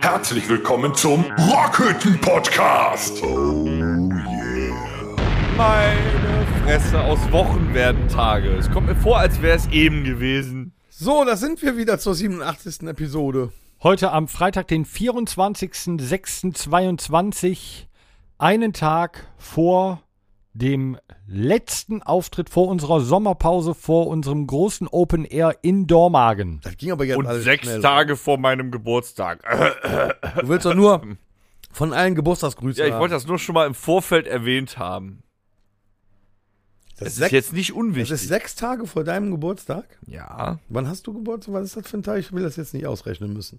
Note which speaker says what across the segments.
Speaker 1: Herzlich willkommen zum Rockhütten-Podcast. Oh
Speaker 2: Meine Fresse, aus Wochen werden Tage. Es kommt mir vor, als wäre es eben gewesen.
Speaker 3: So, da sind wir wieder zur 87. Episode.
Speaker 4: Heute am Freitag, den 24.06.22, einen Tag vor dem letzten Auftritt vor unserer Sommerpause, vor unserem großen Open Air in Dormagen.
Speaker 3: Das ging aber jetzt
Speaker 2: Und
Speaker 3: alles
Speaker 2: sechs
Speaker 3: schnell.
Speaker 2: Tage vor meinem Geburtstag.
Speaker 3: Du willst doch nur von allen Geburtstagsgrüßen.
Speaker 2: Ja, ich wollte das nur schon mal im Vorfeld erwähnt haben. Das
Speaker 3: das. Das,
Speaker 2: ist
Speaker 3: sechs,
Speaker 2: jetzt nicht
Speaker 3: das
Speaker 2: unwichtig.
Speaker 3: ist sechs Tage vor deinem Geburtstag.
Speaker 2: ja.
Speaker 3: Wann hast du Geburtstag? Was ist das für ein Tag? Ich will das jetzt nicht ausrechnen müssen.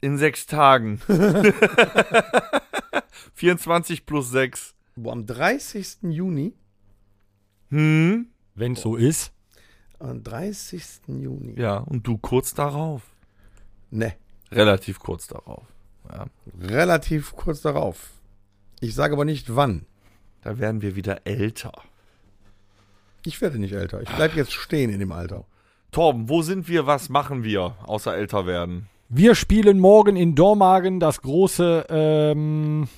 Speaker 2: In sechs Tagen. 24 plus 6.
Speaker 3: Boah, am 30. Juni.
Speaker 2: Hm?
Speaker 4: Wenn so ist.
Speaker 3: Am 30. Juni.
Speaker 2: Ja, und du kurz darauf.
Speaker 3: Ne,
Speaker 2: Relativ kurz darauf.
Speaker 3: relativ kurz darauf. Ich sage aber nicht wann.
Speaker 2: Da werden wir wieder älter.
Speaker 3: Ich werde nicht älter. Ich bleibe jetzt stehen in dem Alter.
Speaker 2: Torben, wo sind wir? Was machen wir, außer älter werden?
Speaker 4: Wir spielen morgen in Dormagen das große, ähm,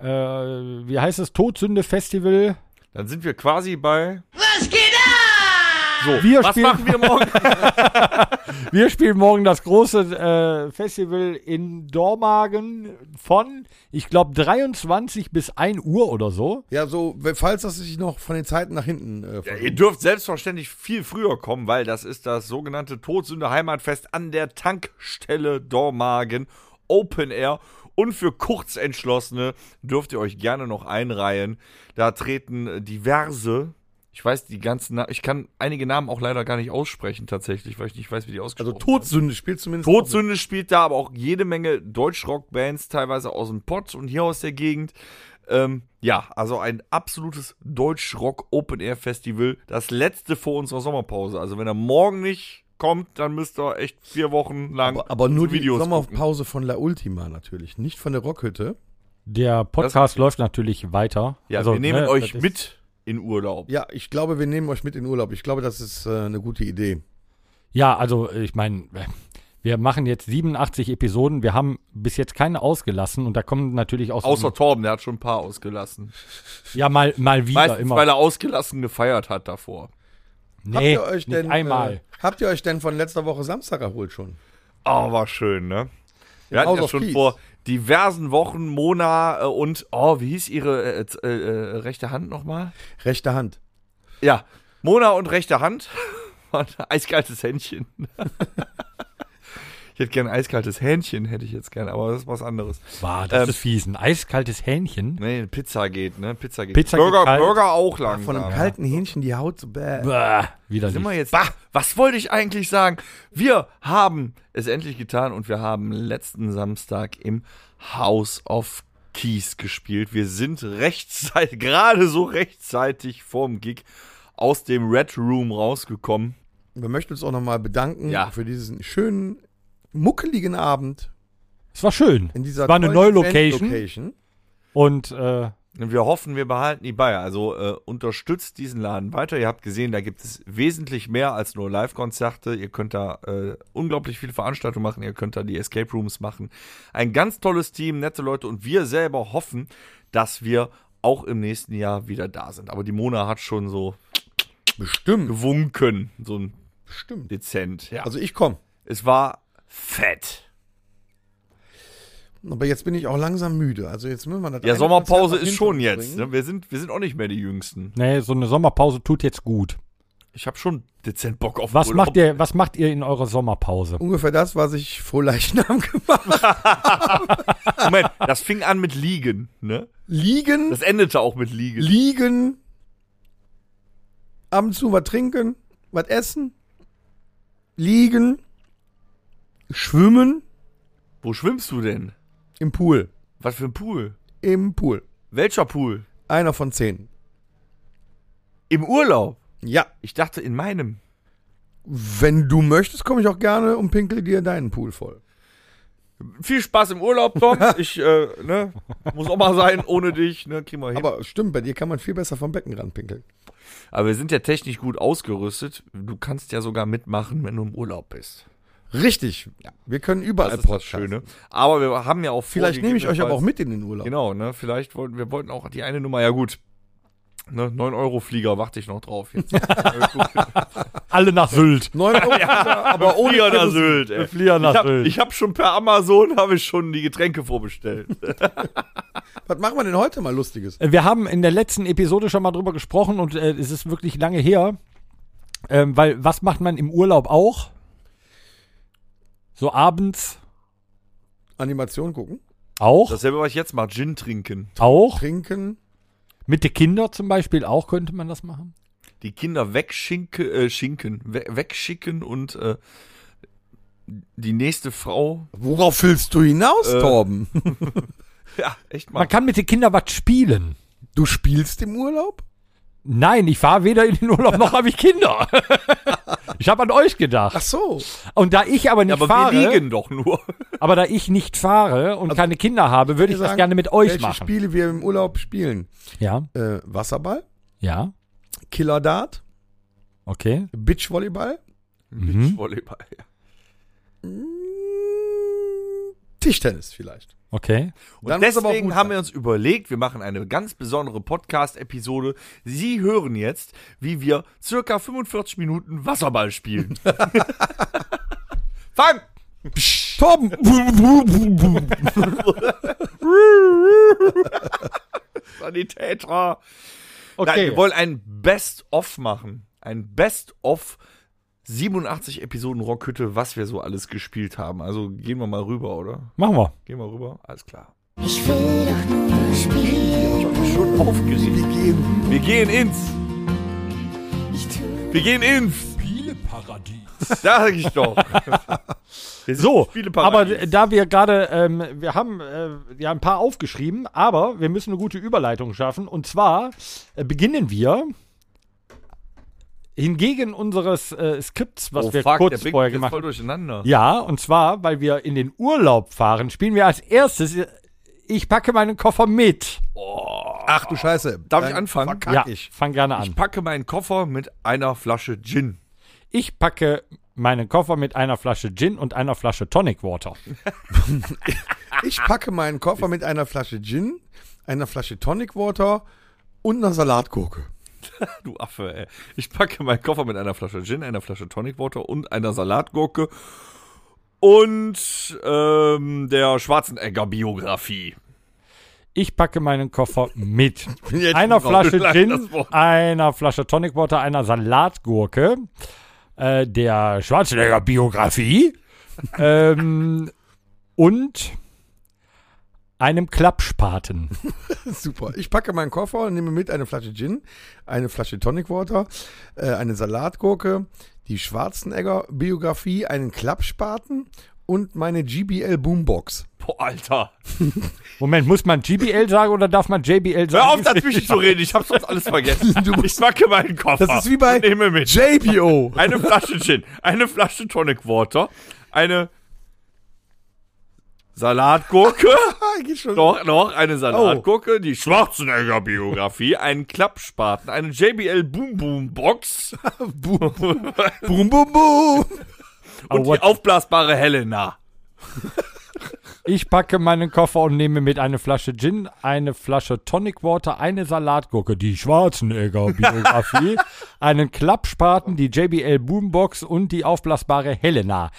Speaker 4: äh, wie heißt es, Todsünde-Festival.
Speaker 2: Dann sind wir quasi bei. Was geht ab? So,
Speaker 4: Wir
Speaker 2: was
Speaker 4: spielen-
Speaker 2: machen wir morgen?
Speaker 4: Wir spielen morgen das große äh, Festival in Dormagen von, ich glaube, 23 bis 1 Uhr oder so.
Speaker 3: Ja, so, falls das sich noch von den Zeiten nach hinten äh,
Speaker 2: Ja, ihr dürft selbstverständlich viel früher kommen, weil das ist das sogenannte Todsünde Heimatfest an der Tankstelle Dormagen Open Air. Und für Kurzentschlossene dürft ihr euch gerne noch einreihen. Da treten diverse, ich weiß die ganzen, Na ich kann einige Namen auch leider gar nicht aussprechen tatsächlich, weil ich nicht weiß, wie die
Speaker 3: Also
Speaker 2: ausgesprochen
Speaker 3: Todsünde spielt zumindest. auch mit.
Speaker 2: Todsünde spielt da, aber auch jede Menge Deutschrock-Bands, teilweise aus dem Pott und hier aus der Gegend. Ähm, ja, also ein absolutes Deutschrock-Open-Air-Festival. Das letzte vor unserer Sommerpause. Also wenn er morgen nicht kommt, dann müsst ihr echt vier Wochen lang
Speaker 3: Aber, aber nur die
Speaker 2: Videos gucken.
Speaker 3: Sommerpause von La Ultima natürlich, nicht von der Rockhütte.
Speaker 4: Der Podcast läuft natürlich weiter.
Speaker 2: Ja,
Speaker 4: Also,
Speaker 2: wir nehmen
Speaker 4: ne,
Speaker 2: euch
Speaker 4: das ist-
Speaker 2: mit in Urlaub.
Speaker 3: Ja, ich glaube, wir nehmen euch mit in Urlaub. Ich glaube, das ist äh, eine gute Idee.
Speaker 4: Ja, also ich meine, wir machen jetzt 87 Episoden. Wir haben bis jetzt keine ausgelassen und da kommen natürlich auch so-
Speaker 2: Außer Torben, der hat schon ein paar ausgelassen.
Speaker 4: ja mal mal wieder
Speaker 2: Meistens,
Speaker 4: immer.
Speaker 2: weil er ausgelassen gefeiert hat davor.
Speaker 4: nee,
Speaker 3: habt ihr euch
Speaker 4: nicht
Speaker 3: denn
Speaker 4: einmal.
Speaker 3: Äh, habt ihr euch denn von letzter Woche Samstag erholt schon?
Speaker 2: Oh, war schön, ne? Wir
Speaker 3: House
Speaker 2: hatten ja
Speaker 3: of
Speaker 2: schon
Speaker 3: Peace.
Speaker 2: vor diversen Wochen Mona äh, und, oh, wie hieß ihre äh, äh, äh, rechte Hand nochmal?
Speaker 3: Rechte Hand.
Speaker 2: Ja, Mona und rechte Hand. Mann, eiskaltes Händchen. ich hätte gern ein eiskaltes Hähnchen, hätte ich jetzt gern, aber das ist was anderes.
Speaker 4: War das
Speaker 2: Ähm,
Speaker 4: ist fies, ein eiskaltes Hähnchen.
Speaker 2: Nee, Pizza geht, ne? Pizza geht.
Speaker 4: Pizza geht
Speaker 2: Burger,
Speaker 4: kalt.
Speaker 2: Burger auch lang.
Speaker 3: Von einem kalten Hähnchen die Haut so bäh.
Speaker 4: Bäh, wieder
Speaker 2: Sind wir jetzt. Bah, was wollte ich eigentlich sagen? Wir haben es endlich getan und wir haben letzten Samstag im House of Keys gespielt. Wir sind rechtzeitig, gerade so rechtzeitig vorm Gig aus dem Red Room rausgekommen.
Speaker 3: Wir möchten uns auch nochmal bedanken
Speaker 2: Ja.
Speaker 3: für diesen schönen, muckeligen Abend
Speaker 4: Es war schön.
Speaker 3: in dieser
Speaker 4: War eine
Speaker 3: tollen
Speaker 4: neue Location.
Speaker 3: Event-Location.
Speaker 4: Und äh,
Speaker 2: Und wir hoffen, wir behalten die bei. Also äh, unterstützt diesen Laden weiter. Ihr habt gesehen, da gibt es wesentlich mehr als nur Live-Konzerte. Ihr könnt da äh, unglaublich viele Veranstaltungen machen. Ihr könnt da die Escape Rooms machen. Ein ganz tolles Team, nette Leute. Und wir selber hoffen, dass wir auch im nächsten Jahr wieder da sind. Aber die Mona hat schon so
Speaker 3: Bestimmt,
Speaker 2: gewunken. So ein
Speaker 3: bestimmt.
Speaker 2: dezent. Ja. Also,
Speaker 3: Also ich komme.
Speaker 2: es war fett.
Speaker 3: Aber jetzt bin ich auch langsam müde. Also jetzt müssen wir das
Speaker 2: Ja,
Speaker 3: eine
Speaker 2: Sommerpause
Speaker 3: Konzert
Speaker 2: ist
Speaker 3: nach
Speaker 2: schon
Speaker 3: hinten
Speaker 2: jetzt.
Speaker 3: bringen.
Speaker 2: Ne? Wir, sind, wir sind auch nicht mehr die Jüngsten.
Speaker 4: nee, ne, so eine Sommerpause tut jetzt gut.
Speaker 2: Ich habe schon dezent Bock auf
Speaker 4: Was
Speaker 2: Urlaub.
Speaker 4: macht ihr was macht ihr in eurer Sommerpause?
Speaker 3: Ungefähr das, was ich vor Leichnam gemacht habe.
Speaker 2: Moment, das fing an mit Liegen, ne?
Speaker 3: Liegen.
Speaker 2: Das endete auch mit Liegen.
Speaker 3: liegen, ab und zu was trinken, was essen, liegen, schwimmen
Speaker 2: Wo schwimmst du denn?
Speaker 3: im Pool.
Speaker 2: Was für ein Pool?
Speaker 3: Im Pool.
Speaker 2: Welcher Pool?
Speaker 3: Einer von zehn.
Speaker 2: Im Urlaub.
Speaker 3: Ja,
Speaker 2: Ich dachte in meinem.
Speaker 3: wenn du möchtest, komme ich auch gerne und pinkel dir deinen Pool voll.
Speaker 2: Viel Spaß im Urlaub, Tom. Ich, äh, ne, muss auch mal sein, ohne dich, ne, kriegen wir hin.
Speaker 3: Aber stimmt, bei dir kann man viel besser vom Beckenrand pinkeln.
Speaker 2: Aber wir sind ja technisch gut ausgerüstet. Du kannst ja sogar mitmachen, wenn du im Urlaub bist.
Speaker 3: Richtig. Wir können überall
Speaker 2: Das ist das
Speaker 3: Podcasten.
Speaker 2: Schöne. Aber wir haben ja auch vor,
Speaker 3: Vielleicht nehme ich euch aber auch
Speaker 2: gegebenenfalls-
Speaker 3: mit in den Urlaub.
Speaker 2: Genau, ne? Vielleicht wollten wir wollten auch die eine Nummer, ja gut. Ne, 9-Euro-Flieger, warte ich noch drauf jetzt.
Speaker 4: Alle nach Sylt.
Speaker 3: Neun Euro, aber ohne
Speaker 2: Flieger nach
Speaker 3: Kippen.
Speaker 2: Sylt, ey.
Speaker 4: Wir fliehen nach
Speaker 2: ich habe
Speaker 4: Sylt.
Speaker 2: hab schon per Amazon habe ich schon die Getränke vorbestellt.
Speaker 3: Was machen wir denn heute mal Lustiges?
Speaker 4: Äh, Wir haben in der letzten Episode schon mal drüber gesprochen und äh, es ist wirklich lange her, ähm, weil was macht man im Urlaub auch? So abends
Speaker 3: Animation gucken,
Speaker 4: auch,
Speaker 2: Dasselbe, was ich jetzt mache, Gin trinken.
Speaker 4: auch
Speaker 3: trinken.
Speaker 4: mit den Kindern zum Beispiel auch könnte man das machen.
Speaker 2: Die Kinder wegschinken, äh, schinken, we wegschicken und äh, die nächste Frau.
Speaker 3: Worauf willst du hinaus,
Speaker 2: Äh.
Speaker 3: Torben?
Speaker 2: Ja, echt mal.
Speaker 4: Man kann mit den Kindern was spielen.
Speaker 3: Du spielst im Urlaub?
Speaker 4: Nein, ich fahre weder in den Urlaub noch habe ich Kinder. ich habe an euch gedacht.
Speaker 3: Ach so.
Speaker 4: Und da ich aber nicht
Speaker 2: aber
Speaker 4: fahre,
Speaker 2: wir liegen doch nur.
Speaker 4: aber da ich nicht fahre und keine Kinder habe, würde ich das
Speaker 3: Sagen,
Speaker 4: gerne mit euch
Speaker 3: welche
Speaker 4: machen.
Speaker 3: Spiele wir im Urlaub spielen?
Speaker 4: Ja,
Speaker 3: Äh, Wasserball,
Speaker 4: ja,
Speaker 3: Killer Dart,
Speaker 4: okay.
Speaker 3: Beachvolleyball,
Speaker 4: Mhm.
Speaker 2: Beachvolleyball, ja.
Speaker 3: Tischtennis vielleicht.
Speaker 4: Okay.
Speaker 2: Und
Speaker 3: Dann muss aber auch
Speaker 2: deswegen
Speaker 3: gut
Speaker 2: haben
Speaker 3: sein.
Speaker 2: wir uns überlegt, wir machen eine ganz besondere Podcast-Episode. Sie hören jetzt, wie wir circa 45 Minuten Wasserball spielen. Fang!
Speaker 3: Torben!
Speaker 2: Sanitäter!
Speaker 4: Okay.
Speaker 2: Nein, wir wollen ein Best-of machen. Ein Best-of 87 Episoden Rockhütte, was wir so alles gespielt haben. Also gehen wir mal rüber, oder?
Speaker 4: Machen wir.
Speaker 2: Gehen wir rüber? Alles klar.
Speaker 5: Ich will doch nur spielen.
Speaker 2: Schon aufgeregt.
Speaker 3: Gehen.
Speaker 2: Wir gehen ins.
Speaker 5: Ich tu.
Speaker 2: Wir gehen ins.
Speaker 4: Spieleparadies.
Speaker 2: Sag ich doch. Wir sind
Speaker 4: So, aber äh,
Speaker 2: Spieleparadies.
Speaker 4: d- da wir gerade, ähm, wir haben äh, ja ein paar aufgeschrieben, aber wir müssen eine gute Überleitung schaffen. Und zwar äh, beginnen wir hingegen unseres äh, Skripts, was
Speaker 2: Oh,
Speaker 4: wir
Speaker 2: fuck, der
Speaker 4: kurz
Speaker 2: bringt
Speaker 4: vorher
Speaker 2: mich jetzt
Speaker 4: gemacht
Speaker 2: voll
Speaker 4: haben.
Speaker 2: durcheinander.
Speaker 4: Ja, und zwar, weil wir in den Urlaub fahren, spielen wir als erstes, äh, ich packe meinen Koffer mit.
Speaker 3: Ach du Scheiße.
Speaker 2: Darf ich
Speaker 3: Dann
Speaker 2: anfangen?
Speaker 3: Verkack
Speaker 4: ja,
Speaker 3: ich.
Speaker 4: fang gerne an.
Speaker 2: Ich packe meinen Koffer mit einer Flasche Gin.
Speaker 4: Ich packe meinen Koffer mit einer Flasche Gin und einer Flasche Tonic Water.
Speaker 3: Ich packe meinen Koffer mit einer Flasche Gin, einer Flasche Tonic Water und einer Salatgurke.
Speaker 2: Du Affe, ey. Ich packe meinen Koffer mit einer Flasche Gin, einer Flasche Tonic Water und einer Salatgurke und ähm, der Schwarzenegger-Biografie.
Speaker 4: Ich packe meinen Koffer mit.
Speaker 3: bin jetzt
Speaker 4: Einer
Speaker 3: schon
Speaker 4: Flasche
Speaker 2: raus.
Speaker 4: Gin,
Speaker 2: Das Wort.
Speaker 4: einer Flasche Tonic Water, einer Salatgurke, äh, der Schwarzenegger-Biografie ähm, und einem Klappspaten.
Speaker 3: Super. Ich packe meinen Koffer und nehme mit eine Flasche Gin, eine Flasche Tonic Water, äh, eine Salatgurke, die Schwarzenegger-Biografie, einen Klappspaten und meine GBL Boombox.
Speaker 2: Boah, Alter.
Speaker 4: Moment, muss man GBL sagen oder darf man JBL sagen?
Speaker 2: Hör auf, dazwischen zu reden. Ich hab sonst alles vergessen.
Speaker 3: Du
Speaker 2: Ich packe meinen Koffer.
Speaker 3: Das ist wie bei
Speaker 2: und Nehme Ah, mit.
Speaker 3: JBO.
Speaker 2: Eine Flasche Gin, eine Flasche Tonic Water, eine Salatgurke.
Speaker 3: Ah, geht schon.
Speaker 2: Noch, noch eine Salatgurke, die Schwarzenegger-Biografie, einen Klappspaten, eine JBL Boom Boom Box
Speaker 3: Boom, boom, boom, boom.
Speaker 2: und
Speaker 4: what-
Speaker 2: die aufblasbare Helena.
Speaker 4: Ich packe meinen Koffer und nehme mit eine Flasche Gin, eine Flasche Tonic Water, eine Salatgurke, die Schwarzenegger-Biografie, einen Klappspaten, die JBL Boombox und die aufblasbare Helena.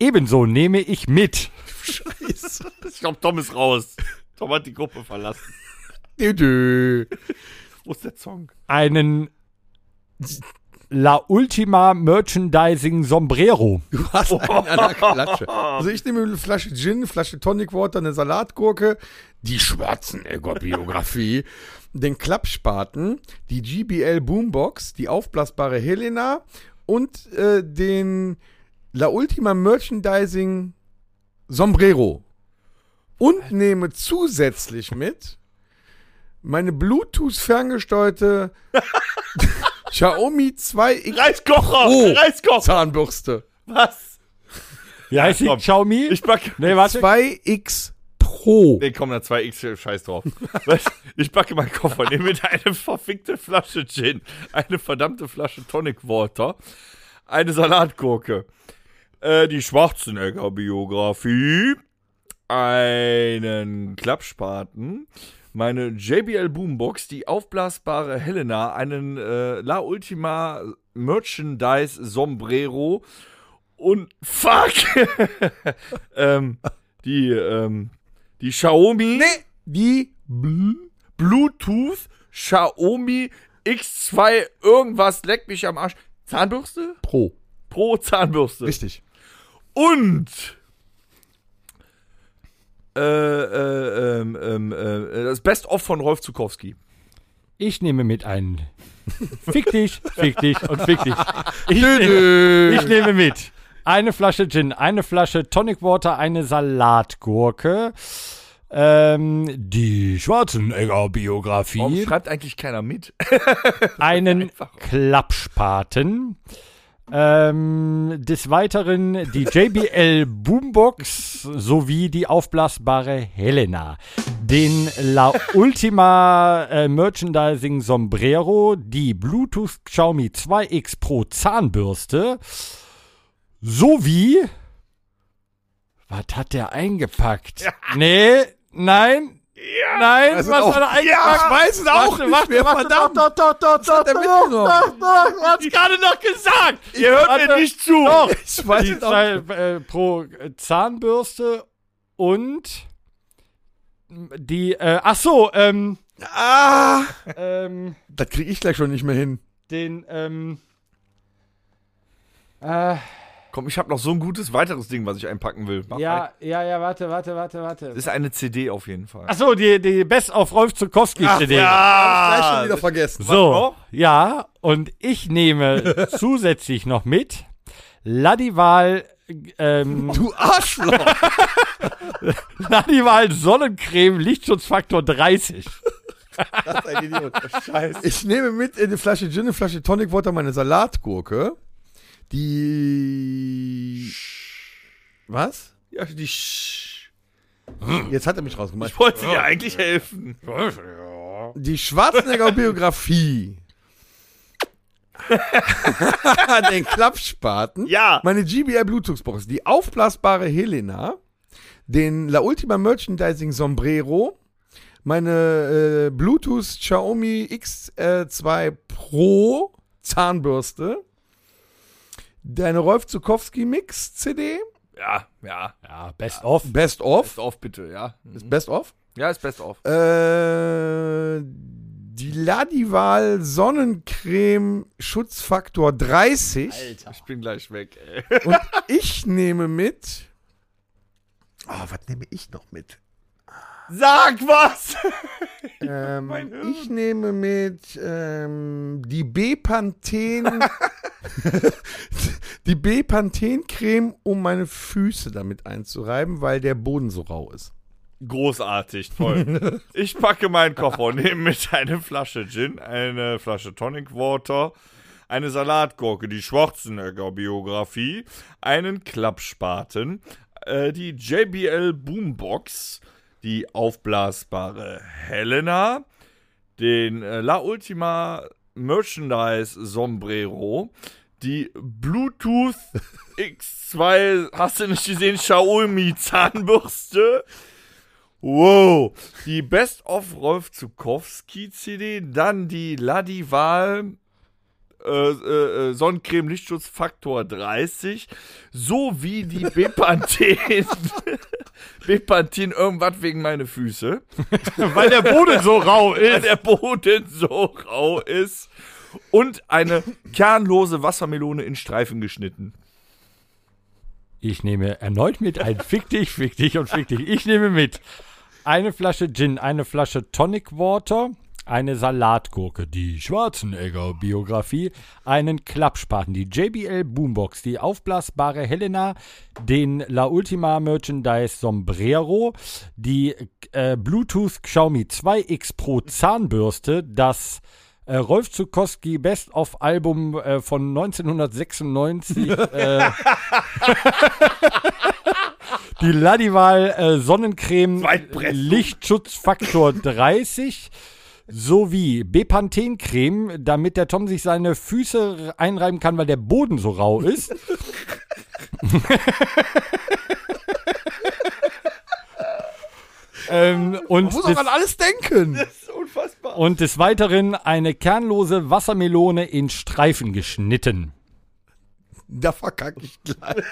Speaker 4: Ebenso nehme ich mit.
Speaker 3: Scheiße.
Speaker 2: Ich glaube, Tom ist raus. Tom hat die Gruppe verlassen.
Speaker 3: Dö.
Speaker 2: Wo ist der Song?
Speaker 4: einen La Ultima Merchandising Sombrero.
Speaker 3: Du hast einen an der Klatsche. Also ich nehme eine Flasche Gin, eine Flasche Tonic Water, eine Salatgurke, die Schwarzenegger-Biografie, den Klappspaten, die GBL Boombox, die aufblasbare Helena und äh, den La Ultima Merchandising Sombrero. Und nehme zusätzlich mit meine Bluetooth ferngesteuerte Xiaomi 2X
Speaker 2: Reiskocher!
Speaker 3: Oh.
Speaker 2: Reiskocher!
Speaker 3: Zahnbürste.
Speaker 2: Was?
Speaker 4: Wie heißt die?
Speaker 2: komm.
Speaker 4: Xiaomi?
Speaker 2: Ich packe.
Speaker 4: nee, warte.
Speaker 3: 2X Pro.
Speaker 4: Pro.
Speaker 2: Nee, komm, da 2x, scheiß drauf. Weißt, ich packe meinen Koffer, nehme mit eine verfickte Flasche Gin, eine verdammte Flasche Tonic Water, eine Salatgurke, äh, die Schwarzenegger-Biografie, einen Klappspaten, meine JBL Boombox, die aufblasbare Helena, einen äh, La Ultima Merchandise Sombrero und fuck! ähm, die, ähm, die Xiaomi.
Speaker 3: Die
Speaker 2: Bl- Bluetooth, Xiaomi X2, irgendwas leck mich am Arsch. Zahnbürste?
Speaker 3: Pro.
Speaker 2: Pro Zahnbürste.
Speaker 3: Richtig.
Speaker 2: Und äh, äh, ähm, ähm, äh, das Best-of von Rolf Zukowski.
Speaker 4: Ich nehme mit einen. Fick dich, fick dich und fick dich. Ich
Speaker 3: Dö.
Speaker 4: nehme, ich nehme mit. Eine Flasche Gin, eine Flasche Tonic Water, eine Salatgurke, ähm, die
Speaker 2: Warum
Speaker 4: Schwarzenegger-Biografie,
Speaker 2: schreibt eigentlich keiner mit?
Speaker 4: einen Klappspaten, ähm, des Weiteren die JBL Boombox sowie die aufblasbare Helena, den La Ultima äh, Merchandising Sombrero, die Bluetooth Xiaomi 2X Pro Zahnbürste sowie. Was hat der eingepackt? Nee, nein. Nein,
Speaker 3: Das sind
Speaker 4: was
Speaker 3: auch-
Speaker 4: hat er eingepackt?
Speaker 3: ich weiß es auch nicht
Speaker 4: warte,
Speaker 3: mehr,
Speaker 4: warte,
Speaker 3: verdammt.
Speaker 4: Doch, doch, doch, doch,
Speaker 3: hat er
Speaker 4: doch,
Speaker 3: mitgenommen?
Speaker 4: doch, doch, er hat's gerade noch gesagt.
Speaker 2: Ihr hört mir
Speaker 4: Warte.
Speaker 2: nicht zu!
Speaker 4: Doch.
Speaker 3: Ich weiß
Speaker 4: Die
Speaker 3: es auch.
Speaker 4: zwei, äh, pro Zahnbürste und die, äh, ach so, ähm,
Speaker 3: Ah,
Speaker 4: ähm,
Speaker 3: das kriege ich gleich schon nicht mehr hin.
Speaker 4: den, ähm, äh,
Speaker 2: Komm, ich habe noch so ein gutes weiteres Ding, was ich einpacken will. Mach weiter.
Speaker 4: ja, ja, ja, warte, warte, warte, warte.
Speaker 2: Das ist eine CD auf jeden Fall.
Speaker 4: Ach so, die, die Best of Rolf Zukowski CD.
Speaker 3: Gleich schon wieder vergessen.
Speaker 4: So, ja, und ich nehme zusätzlich noch mit Ladival, ähm,
Speaker 3: Du Arschloch.
Speaker 4: Ladival halt Sonnencreme Lichtschutzfaktor 30.
Speaker 3: Das ist ein Idiot. Scheiße. Ich nehme mit in eine Flasche Gin, eine Flasche Tonic Water meine Salatgurke. Die. Was?
Speaker 2: Ja, die Sch
Speaker 3: Jetzt hat er mich rausgemacht.
Speaker 2: ich wollte dir eigentlich helfen.
Speaker 3: Die Schwarzenegger-Biografie. Den Klappspaten.
Speaker 2: Ja.
Speaker 3: Meine GBR Bluetooth-Box. Die aufblasbare Helena. Den La Ultima Merchandising Sombrero. Meine äh, Bluetooth Xiaomi X2 Pro Zahnbürste. Deine Rolf Zukowski Mix CD.
Speaker 2: Ja, ja.
Speaker 4: Ja, Best of.
Speaker 3: Best of.
Speaker 2: Best of bitte, ja.
Speaker 3: Best of.
Speaker 2: Ja, ist best of.
Speaker 3: Äh, die Ladival Sonnencreme Schutzfaktor 30.
Speaker 2: Ich bin gleich weg, ey.
Speaker 3: Und ich nehme mit. Oh, was nehme ich noch mit?
Speaker 2: Sag was!
Speaker 3: Ähm, ich nehme mit ähm, die Bepanthen. die Bepanthen-Creme, um meine Füße damit einzureiben, weil der Boden so rau ist.
Speaker 2: Großartig, toll. Ich packe meinen Koffer und nehme mit eine Flasche Gin, eine Flasche Tonic Water, eine Salatgurke, die Schwarzenegger-Biografie, einen Klappspaten, äh, die JBL Boombox, die aufblasbare Helena, den äh, La Ultima Merchandise Sombrero, die Bluetooth X2, hast du nicht gesehen, Xiaomi Zahnbürste. Wow, die Best of Rolf Zukowski CD, dann die Ladival äh, äh, äh, Sonnencreme Lichtschutz Faktor 30, sowie die Bepanthen. Bepanthen irgendwas wegen meine Füße
Speaker 4: Weil der Boden so rau
Speaker 2: weil der Boden so rau ist. Und eine kernlose Wassermelone in Streifen geschnitten.
Speaker 4: Ich nehme erneut mit ein Fick dich, Fick dich und Fick dich. Ich nehme mit eine Flasche Gin, eine Flasche Tonic Water, eine Salatgurke, die Schwarzenegger-Biografie, einen Klappspaten, die JBL Boombox, die aufblasbare Helena, den La Ultima Merchandise Sombrero, die äh, Bluetooth Xiaomi 2X Pro Zahnbürste, das äh, Rolf Zukowski Best of Album äh, von 1996 äh, Die Ladival äh, Sonnencreme
Speaker 2: Weitpressung.
Speaker 4: Lichtschutzfaktor 30 sowie Bepanthen-Creme, damit der Tom sich seine Füße einreiben kann, weil der Boden so rau ist. ähm, und
Speaker 3: Man muss
Speaker 4: des-
Speaker 3: auch an alles denken.
Speaker 2: Das ist unfassbar.
Speaker 4: und des Weiteren eine kernlose Wassermelone in Streifen geschnitten.
Speaker 3: Da verkacke ich gleich.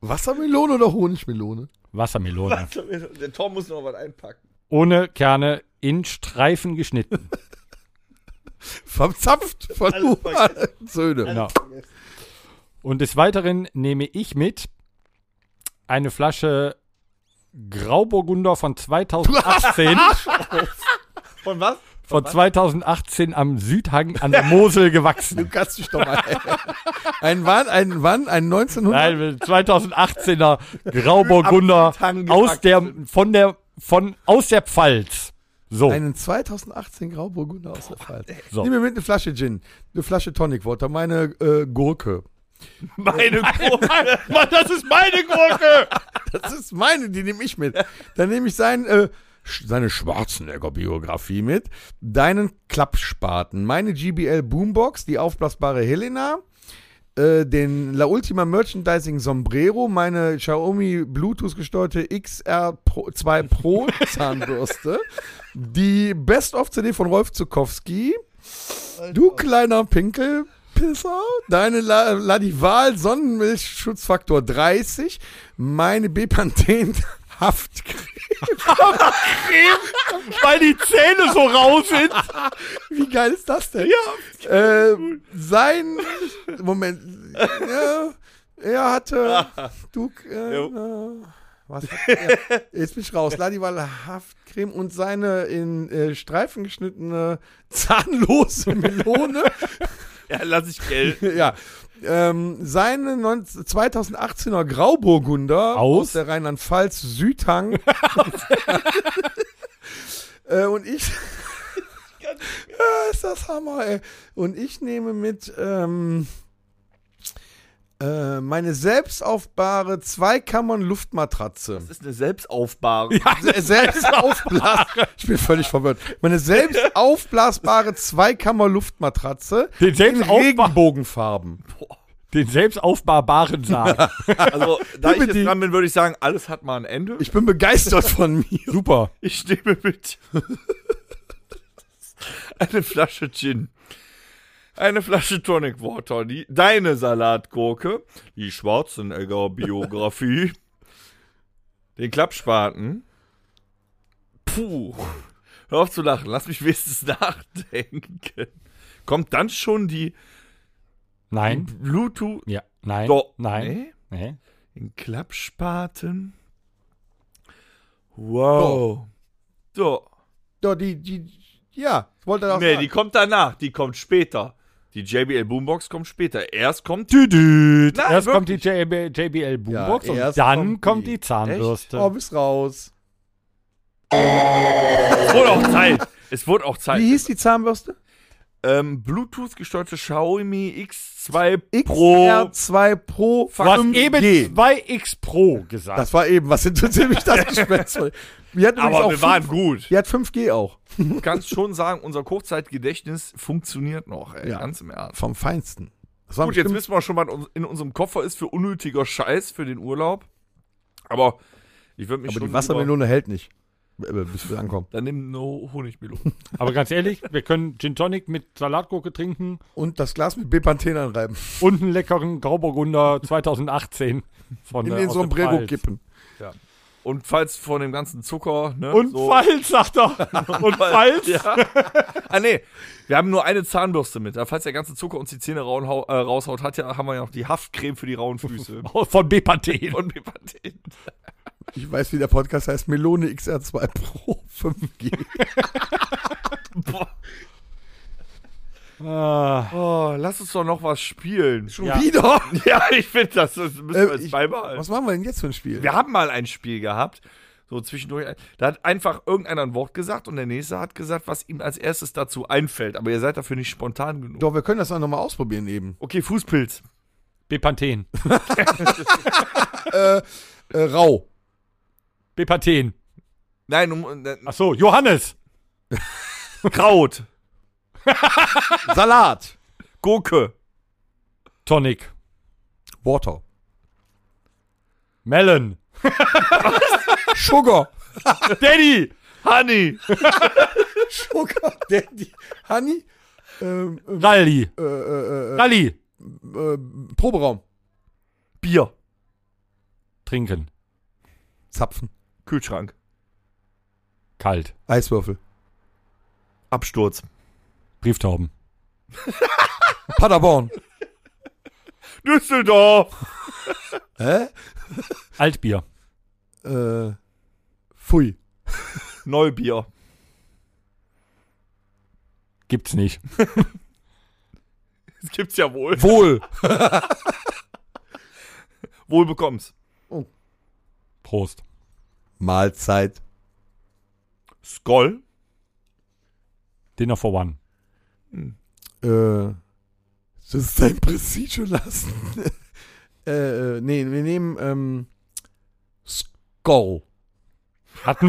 Speaker 3: Wassermelone oder Honigmelone?
Speaker 4: Wassermelone.
Speaker 2: Der Tom muss noch was einpacken.
Speaker 4: Ohne Kerne in Streifen geschnitten.
Speaker 3: Verzapft von
Speaker 2: Alles
Speaker 3: Huber Söhne.
Speaker 4: Genau. Und des Weiteren nehme ich mit eine Flasche Grauburgunder von 2018,
Speaker 2: Von was?
Speaker 4: von 2018 am Südhang an der Mosel
Speaker 3: Du
Speaker 4: gewachsen.
Speaker 3: kannst dich doch mal. ein wann, ein wann, ein 1900?
Speaker 4: Nein, 2018er Grauburgunder
Speaker 2: Südhang
Speaker 4: aus der von der von aus der Pfalz. So.
Speaker 3: Einen 2018 Grauburgunder aus der Pfalz.
Speaker 4: So.
Speaker 3: Nimm mir mit eine Flasche Gin, eine Flasche Tonic Water, meine äh, Gurke.
Speaker 2: Meine Gurke.
Speaker 4: Mann, das ist meine Gurke.
Speaker 3: Das ist meine, die nehme ich mit. Dann nehme ich sein, äh, sch- seine Schwarzenegger-Biografie mit, deinen Klappspaten, meine GBL Boombox, die aufblasbare Helena, äh, den La Ultima Merchandising Sombrero, meine Xiaomi Bluetooth gesteuerte XR Pro, 2 Pro Zahnbürste, die Best-of-CD von Rolf Zukowski, du kleiner Pinkel. Pisser, deine La- Ladival Sonnenmilchschutzfaktor 30, meine Bepanthen Haftcreme.
Speaker 4: Weil die Zähne so rau sind.
Speaker 3: Wie geil ist das denn? Ja. Äh, sein Moment. Ja, er hatte du äh, äh, was? Ja, jetzt bin ich raus. Ladival Haftcreme und seine in äh, Streifen geschnittene zahnlose Melone.
Speaker 2: Ja, lass ich Geld.
Speaker 3: ja. Ähm, seine 19, 2018er Grauburgunder
Speaker 4: Aus?
Speaker 3: der Rheinland-Pfalz Südhang. äh, und ich. ja, ist das Hammer, ey. Und ich nehme mit ähm, äh, meine selbstaufbare Zweikammern-Luftmatratze.
Speaker 2: Das ist eine Selbstaufbare. Ja.
Speaker 3: Se- selbst aufblasbare. Ich bin völlig verwirrt. Meine selbst aufblasbare Zweikammer-Luftmatratze
Speaker 4: Den
Speaker 3: in
Speaker 4: selbst, aufba
Speaker 3: Regenbogenfarben.
Speaker 4: den selbst aufbarbaren Sarg.
Speaker 2: Also, da ich
Speaker 3: Über die-
Speaker 2: jetzt dran bin, würde ich sagen, alles hat mal ein Ende.
Speaker 3: Ich bin begeistert von mir.
Speaker 4: Super.
Speaker 2: Ich stimme mit. Eine Flasche Gin. Eine Flasche Tonic Water. Die, deine Salatgurke. Die Schwarzenegger Biografie. den Klappspaten. Puh. Hör auf zu lachen. Lass mich wenigstens nachdenken. Kommt dann schon die
Speaker 4: Nein.
Speaker 2: Bluetooth.
Speaker 4: Ja, nein.
Speaker 2: Doch.
Speaker 4: Nein. Nee.
Speaker 2: Nee? Den Klappspaten. Wow. So.
Speaker 3: Doch, die, die, ja, ich wollte das
Speaker 2: Nee,
Speaker 3: sagen.
Speaker 2: die kommt danach, die kommt später. Die JBL Boombox kommt später. Erst kommt. Tüdüt. Nein,
Speaker 4: Erst
Speaker 2: wirklich.
Speaker 4: kommt die JB, JBL Boombox
Speaker 3: Ja,
Speaker 4: und
Speaker 3: erst
Speaker 4: dann kommt die,
Speaker 3: kommt die.
Speaker 4: Zahnbürste.
Speaker 3: Oh, bist raus.
Speaker 2: Es wurde auch Zeit. Es wurde auch Zeit.
Speaker 3: Wie hieß die Zahnbürste?
Speaker 2: Ähm, Bluetooth gesteuerte Xiaomi X2 Pro.
Speaker 3: XR2 Pro
Speaker 4: Du hast
Speaker 3: 5G.
Speaker 4: eben 2X Pro gesagt.
Speaker 3: um Das war eben, was interessiert mich das Gespenst? Wir hatten übrigens
Speaker 2: Aber wir waren
Speaker 3: 5G
Speaker 2: gut.
Speaker 3: Die hat 5G auch.
Speaker 2: Du kannst schon sagen, unser Kurzzeitgedächtnis funktioniert noch, ey. Ganz im Ernst.
Speaker 3: Vom Feinsten. Das war
Speaker 2: Gut, jetzt
Speaker 3: bestimmt-
Speaker 2: wissen wir schon, was uns- in unserem Koffer ist für unnötiger Scheiß für den Urlaub. Aber ich würde mich
Speaker 3: aber
Speaker 2: schon.
Speaker 3: die
Speaker 2: lieber-
Speaker 3: Wassermelone hält nicht. Äh, Bis wir ankommen.
Speaker 2: Dann nimm no Honigmelone.
Speaker 4: Aber ganz ehrlich, wir können Gin Tonic mit Salatgurke trinken
Speaker 3: Und das Glas mit Bepanthen anreiben.
Speaker 4: und einen leckeren Grauburgunder 2018 von
Speaker 3: In
Speaker 4: äh,
Speaker 3: den
Speaker 4: aus der
Speaker 3: Sombrero
Speaker 4: Pfalz.
Speaker 3: kippen.
Speaker 2: Und falls von dem ganzen Zucker, ne?
Speaker 4: Und
Speaker 2: so-
Speaker 4: Pfalz, sagt er. Und Pfalz.
Speaker 2: Ah, nee. Wir haben nur eine Zahnbürste mit. Falls der ganze Zucker uns die Zähne raunhau- äh, raushaut, hat ja, haben wir ja noch die Haftcreme für die rauen Füße.
Speaker 4: Oh, Von Bepanthen.
Speaker 2: Und Bepanthen.
Speaker 3: Ich weiß, wie der Podcast heißt. Melone XR2 Pro 5G.
Speaker 4: Ah,
Speaker 2: Oh, lass uns doch noch was spielen.
Speaker 3: Schon
Speaker 4: Ja.
Speaker 3: wieder?
Speaker 2: Ja, ich finde, das, das müssen wir
Speaker 3: Äh,
Speaker 2: jetzt
Speaker 3: ich-
Speaker 2: beibehalten.
Speaker 3: Was machen wir denn jetzt für ein Spiel?
Speaker 2: Wir haben mal ein Spiel gehabt, so zwischendurch. ein- Da hat einfach irgendeiner ein Wort gesagt und der nächste hat gesagt, was ihm als erstes dazu einfällt. Aber ihr seid dafür nicht spontan genug.
Speaker 3: Doch, wir können das auch nochmal ausprobieren eben.
Speaker 2: Okay, Fußpilz.
Speaker 4: Bepanthen.
Speaker 3: äh, äh, Rau.
Speaker 4: Bepaten.
Speaker 2: Nein, um, äh,
Speaker 4: Ach so, Johannes.
Speaker 2: Kraut,
Speaker 3: Salat.
Speaker 2: Gurke,
Speaker 4: Tonic.
Speaker 3: Water.
Speaker 4: Melon.
Speaker 3: Sugar.
Speaker 2: Daddy, Honey,
Speaker 3: Sugar Daddy. Honey. Ähm, ähm,
Speaker 4: Rally.
Speaker 3: äh, äh, äh,
Speaker 4: Rally.
Speaker 3: äh, Proberaum.
Speaker 2: Bier,
Speaker 4: Trinken.
Speaker 3: Zapfen.
Speaker 2: Kühlschrank,
Speaker 4: Kalt.
Speaker 3: Eiswürfel.
Speaker 2: Absturz.
Speaker 4: Brieftauben.
Speaker 3: Paderborn.
Speaker 2: Düsseldorf,
Speaker 3: Hä?
Speaker 4: Altbier.
Speaker 3: Äh, pfui.
Speaker 2: Neubier,
Speaker 4: Gibt's nicht.
Speaker 2: das gibt's ja wohl.
Speaker 3: Wohl.
Speaker 2: Wohl bekommst.
Speaker 4: Prost.
Speaker 3: Mahlzeit.
Speaker 2: Skoll,
Speaker 4: Dinner for One.
Speaker 3: Äh, das ist sein Prestige lassen. äh, äh, nee, wir nehmen, ähm, Skull.
Speaker 4: Hatten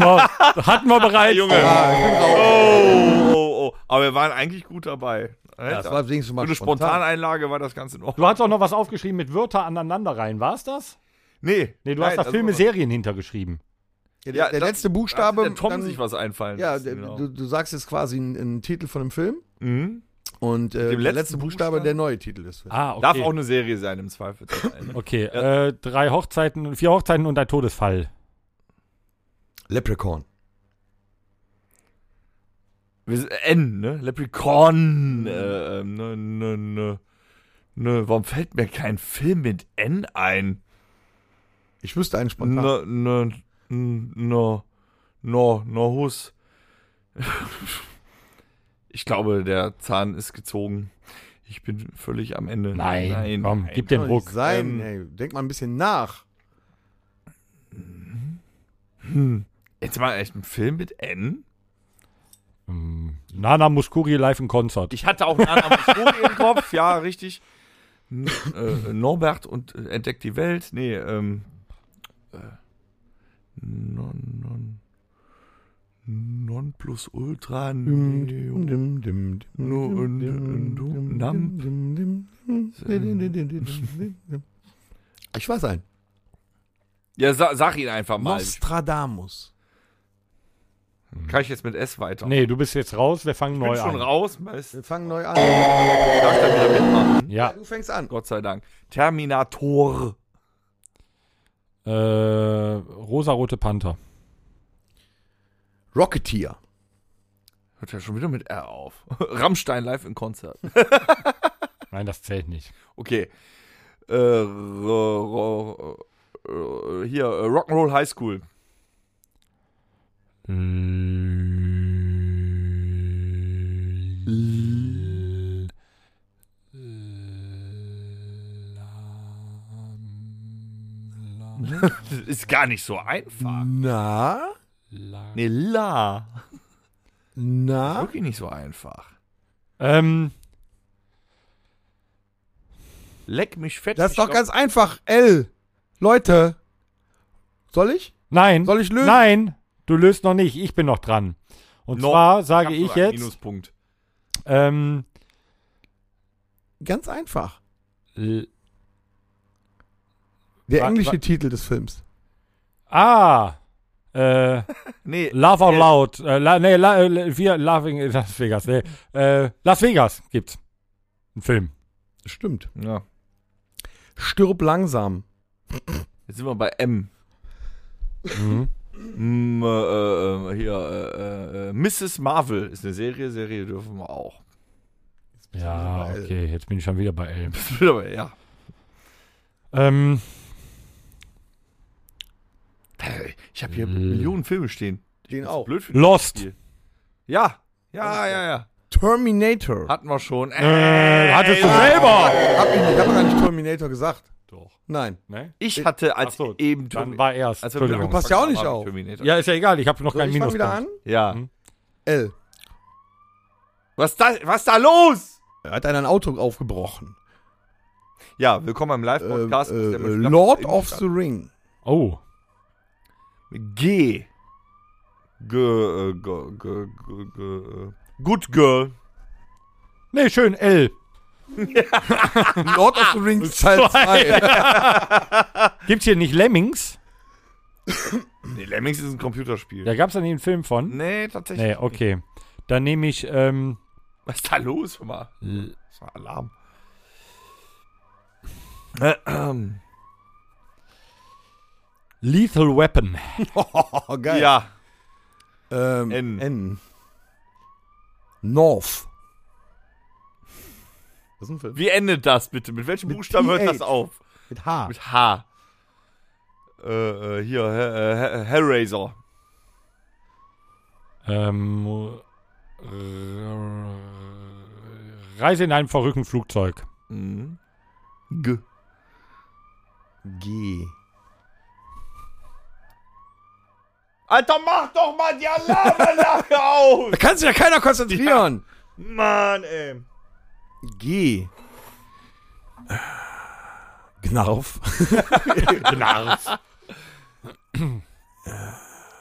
Speaker 4: wir, hatten wir bereits.
Speaker 2: Junge. Oh, oh, oh. Aber wir waren eigentlich gut dabei.
Speaker 3: Das
Speaker 2: Alter.
Speaker 3: war wenigstens
Speaker 2: Für
Speaker 3: mal
Speaker 2: eine
Speaker 3: spontan.
Speaker 2: Spontaneinlage war das Ganze in Ordnung.
Speaker 4: Du hast auch noch was aufgeschrieben mit Wörter aneinander rein. War's das?
Speaker 2: Nee,
Speaker 4: Nee, du
Speaker 2: nein,
Speaker 4: hast da
Speaker 2: das-
Speaker 4: Filme, Serien hintergeschrieben.
Speaker 3: Ja, der,
Speaker 2: Ja,
Speaker 3: der
Speaker 2: das-
Speaker 3: letzte
Speaker 2: Da hat
Speaker 3: Buchstabe.
Speaker 2: der Tom
Speaker 3: dann-
Speaker 2: sich was einfallen
Speaker 3: Ja,
Speaker 2: lassen,
Speaker 3: der,
Speaker 2: genau.
Speaker 3: du, du sagst jetzt quasi einen, einen Titel von einem Film
Speaker 2: mhm.
Speaker 3: und
Speaker 2: dem
Speaker 3: äh, der
Speaker 2: letzten
Speaker 3: letzte Buchstabe
Speaker 2: Buchstaben?
Speaker 3: der neue Titel ist.
Speaker 4: Ah, okay.
Speaker 2: Darf auch eine Serie sein im Zweifel.
Speaker 4: Okay, äh, drei Hochzeiten, vier Hochzeiten und ein Todesfall.
Speaker 2: Ah,
Speaker 3: Leprechaun.
Speaker 2: Wir sind, N, ne? Leprechaun. Äh, ähm, ne, ne, ne, ne. Warum fällt mir kein Film mit N ein?
Speaker 3: Ich wüsste einen spontan.
Speaker 2: Ne, ne, n- no, no, no, Hus. Ich glaube, der Zahn ist gezogen. Ich bin völlig am Ende.
Speaker 4: Nein, komm, gib den
Speaker 3: Kann doch nicht
Speaker 4: Ruck.
Speaker 3: Sein,
Speaker 2: Ähm,
Speaker 3: ey, denk mal ein bisschen nach.
Speaker 2: Jetzt mal echt ein Film mit N?
Speaker 4: Hm, Nana Muskuri live im Konzert.
Speaker 2: Ich hatte auch einen anderen Vogel im Kopf, ja, richtig. N äh, Norbert und äh, entdeckt die Welt. Nee, ähm. Äh, non, non, non plus ultra. Neo.
Speaker 3: Ich weiß einen.
Speaker 2: Ja, sa sag ihn einfach mal.
Speaker 3: Nostradamus.
Speaker 2: Kann ich jetzt mit S weiter?
Speaker 4: Nee, du bist jetzt raus, wir fangen
Speaker 2: ich bin
Speaker 4: neu
Speaker 2: schon
Speaker 4: an.
Speaker 2: raus. Weißt,
Speaker 3: Wir fangen neu an.
Speaker 2: darf ich da wieder mitmachen?
Speaker 4: Ja,
Speaker 3: Du fängst an.
Speaker 2: Gott sei Dank. Terminator.
Speaker 4: äh, rosarote Panther.
Speaker 3: Rocketeer.
Speaker 2: Hört ja schon wieder mit R auf. Rammstein live im Konzert.
Speaker 4: Nein, das zählt nicht.
Speaker 2: Okay. Äh, ro, ro, äh, hier, äh, Rock'n'Roll High School. Das ist gar nicht so einfach.
Speaker 3: Na?
Speaker 2: Nee, la.
Speaker 3: Na?
Speaker 2: Wirklich nicht so einfach.
Speaker 4: Ähm,
Speaker 2: Leck mich fett.
Speaker 3: Das ist
Speaker 2: ich
Speaker 3: doch
Speaker 2: glaub-
Speaker 3: ganz einfach. L. Leute. Soll ich?
Speaker 4: nein.
Speaker 3: Soll ich lösen?
Speaker 4: Nein, du löst noch nicht. Ich bin noch dran. Und
Speaker 2: No,
Speaker 4: zwar
Speaker 2: Ich hab
Speaker 4: sage ich
Speaker 2: sogar einen
Speaker 4: jetzt,
Speaker 2: Minuspunkt.
Speaker 4: ähm,
Speaker 3: Ganz einfach.
Speaker 4: L-
Speaker 3: Der
Speaker 4: Wa-
Speaker 3: englische
Speaker 4: wa-
Speaker 3: Titel des Films.
Speaker 4: ah, äh,
Speaker 2: Nee,
Speaker 4: Love Out
Speaker 2: Äh,
Speaker 4: Loud. Äh, la, nee, la, äh, wir Laughing in Las Vegas. Nee. Äh, Las Vegas gibt's. Ein Film.
Speaker 3: Stimmt.
Speaker 2: ja.
Speaker 3: Stirb langsam.
Speaker 2: Jetzt sind wir bei M.
Speaker 4: Mhm.
Speaker 2: M äh, äh, hier, äh, äh, äh, Mrs. Marvel ist eine Serie. Serie dürfen wir auch.
Speaker 4: Ja,
Speaker 3: Weil-
Speaker 4: okay, jetzt bin ich schon wieder bei Elm.
Speaker 2: ja.
Speaker 4: Ähm,
Speaker 2: Ich habe hier
Speaker 4: Mhm.
Speaker 2: Millionen Filme stehen.
Speaker 3: Den
Speaker 2: Ist
Speaker 3: auch.
Speaker 2: Blöd für
Speaker 4: Lost.
Speaker 2: Ja. Ja, ja, ja.
Speaker 3: Terminator.
Speaker 2: Hatten wir schon.
Speaker 4: Äh, hattest du selber?
Speaker 3: Hab ich nicht. Ich hab doch gar nicht Terminator gesagt.
Speaker 4: Doch.
Speaker 3: Nein.
Speaker 4: Ne?
Speaker 2: Ich hatte als
Speaker 4: Ach so,
Speaker 2: eben
Speaker 4: Dann
Speaker 2: Termi-
Speaker 4: war erst.
Speaker 2: als wir
Speaker 3: Also,
Speaker 4: Entschuldigung.
Speaker 2: mit
Speaker 3: passt ja auch nicht
Speaker 2: angefangen haben,
Speaker 3: auf.
Speaker 2: Terminator.
Speaker 4: Ja, ist ja egal, ich habe noch
Speaker 3: Soll
Speaker 4: keinen
Speaker 3: ich fang
Speaker 4: Minus.
Speaker 3: wieder an?
Speaker 2: Ja.
Speaker 4: Hm.
Speaker 3: L.
Speaker 2: Was da, was da los?
Speaker 3: Er hat einen ein Auto aufgebrochen.
Speaker 2: Ja, willkommen beim Live-Podcast.
Speaker 3: äh,
Speaker 2: Ist der
Speaker 3: äh,
Speaker 2: mit Flaps
Speaker 3: Lord
Speaker 2: in-
Speaker 3: of the Ring.
Speaker 4: Oh.
Speaker 2: G. G, äh, g, g, g, g. äh, Good Girl.
Speaker 4: Nee, schön, L.
Speaker 3: Lord of the Rings Teil 2.
Speaker 4: Gibt's hier nicht Lemmings?
Speaker 2: Nee, Lemmings ist ein Computerspiel.
Speaker 4: Da gab's dann einen Film von.
Speaker 2: Nee, tatsächlich.
Speaker 4: Nee, okay. Dann nehme ich, ähm,
Speaker 2: Was ist da los? Hör mal.
Speaker 4: L-
Speaker 2: Das war Alarm. Äh, ähm.
Speaker 4: Lethal Weapon.
Speaker 3: Oh, geil.
Speaker 2: Ja.
Speaker 3: Ähm,
Speaker 2: N.
Speaker 3: N. North. Das ist ein Film.
Speaker 2: Wie endet das bitte? Mit welchem
Speaker 3: Mit
Speaker 2: Buchstaben hört das
Speaker 3: TH.
Speaker 2: auf?
Speaker 3: Mit H.
Speaker 2: Mit H. Äh, äh, hier, äh, äh, Hellraiser.
Speaker 4: Ähm, äh, Reise in einem verrückten Flugzeug.
Speaker 2: Mhm. G.
Speaker 3: G.
Speaker 2: Alter, mach doch mal die Alarmanlage
Speaker 3: Da
Speaker 2: aus!
Speaker 3: kann sich ja keiner konzentrieren.
Speaker 2: Mann, ey.
Speaker 3: G. Gnarf.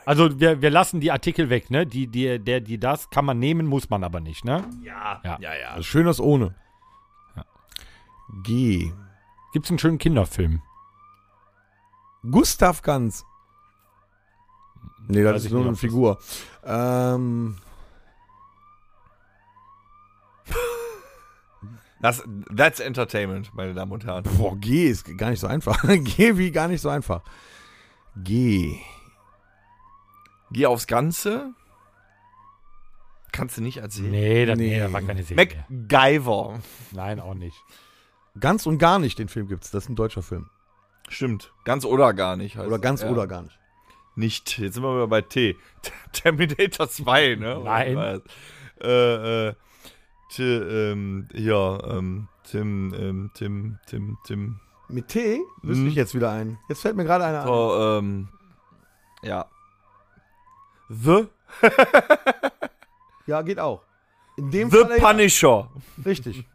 Speaker 4: Also wir, wir lassen die Artikel weg, ne? Die, die, der, die das kann man nehmen, muss man aber nicht, ne?
Speaker 2: Ja.
Speaker 4: Ja.
Speaker 2: Ja, ja.
Speaker 3: Also schön das ohne. G.
Speaker 4: Gibt's einen schönen Kinderfilm?
Speaker 3: Gustav Ganz. Nee, das
Speaker 4: Weiß ich
Speaker 3: ist
Speaker 4: nicht,
Speaker 3: nur eine
Speaker 4: ob das-
Speaker 3: Figur. Ähm,
Speaker 2: Das, that's Entertainment, meine Damen und Herren.
Speaker 3: boah, G ist gar nicht so einfach. G wie gar nicht so einfach. G.
Speaker 2: Geh aufs Ganze. Kannst du nicht erzählen.
Speaker 4: Nee, das, nee.
Speaker 3: Nee.
Speaker 4: das war keine Serie.
Speaker 2: MacGyver.
Speaker 4: Nein, auch nicht.
Speaker 3: Ganz und gar nicht den Film gibt's. Das ist ein deutscher Film.
Speaker 2: Stimmt. Ganz oder gar nicht. heißt
Speaker 3: Oder
Speaker 2: es,
Speaker 3: ganz
Speaker 2: ja.
Speaker 3: oder gar nicht.
Speaker 2: Nicht. Jetzt sind wir wieder bei T. Terminator 2, ne?
Speaker 4: Nein.
Speaker 2: Oder was? Äh, äh, t, ähm, ja, ähm, Tim, ähm, Tim, Tim, Tim.
Speaker 3: Mit T wüsste
Speaker 2: Mhm.
Speaker 3: ich jetzt wieder ein. Jetzt fällt mir gerade einer ein.
Speaker 2: So, ähm, ja. The,
Speaker 3: Ja, geht auch. In dem
Speaker 2: The
Speaker 3: Fall
Speaker 2: Punisher.
Speaker 3: richtig.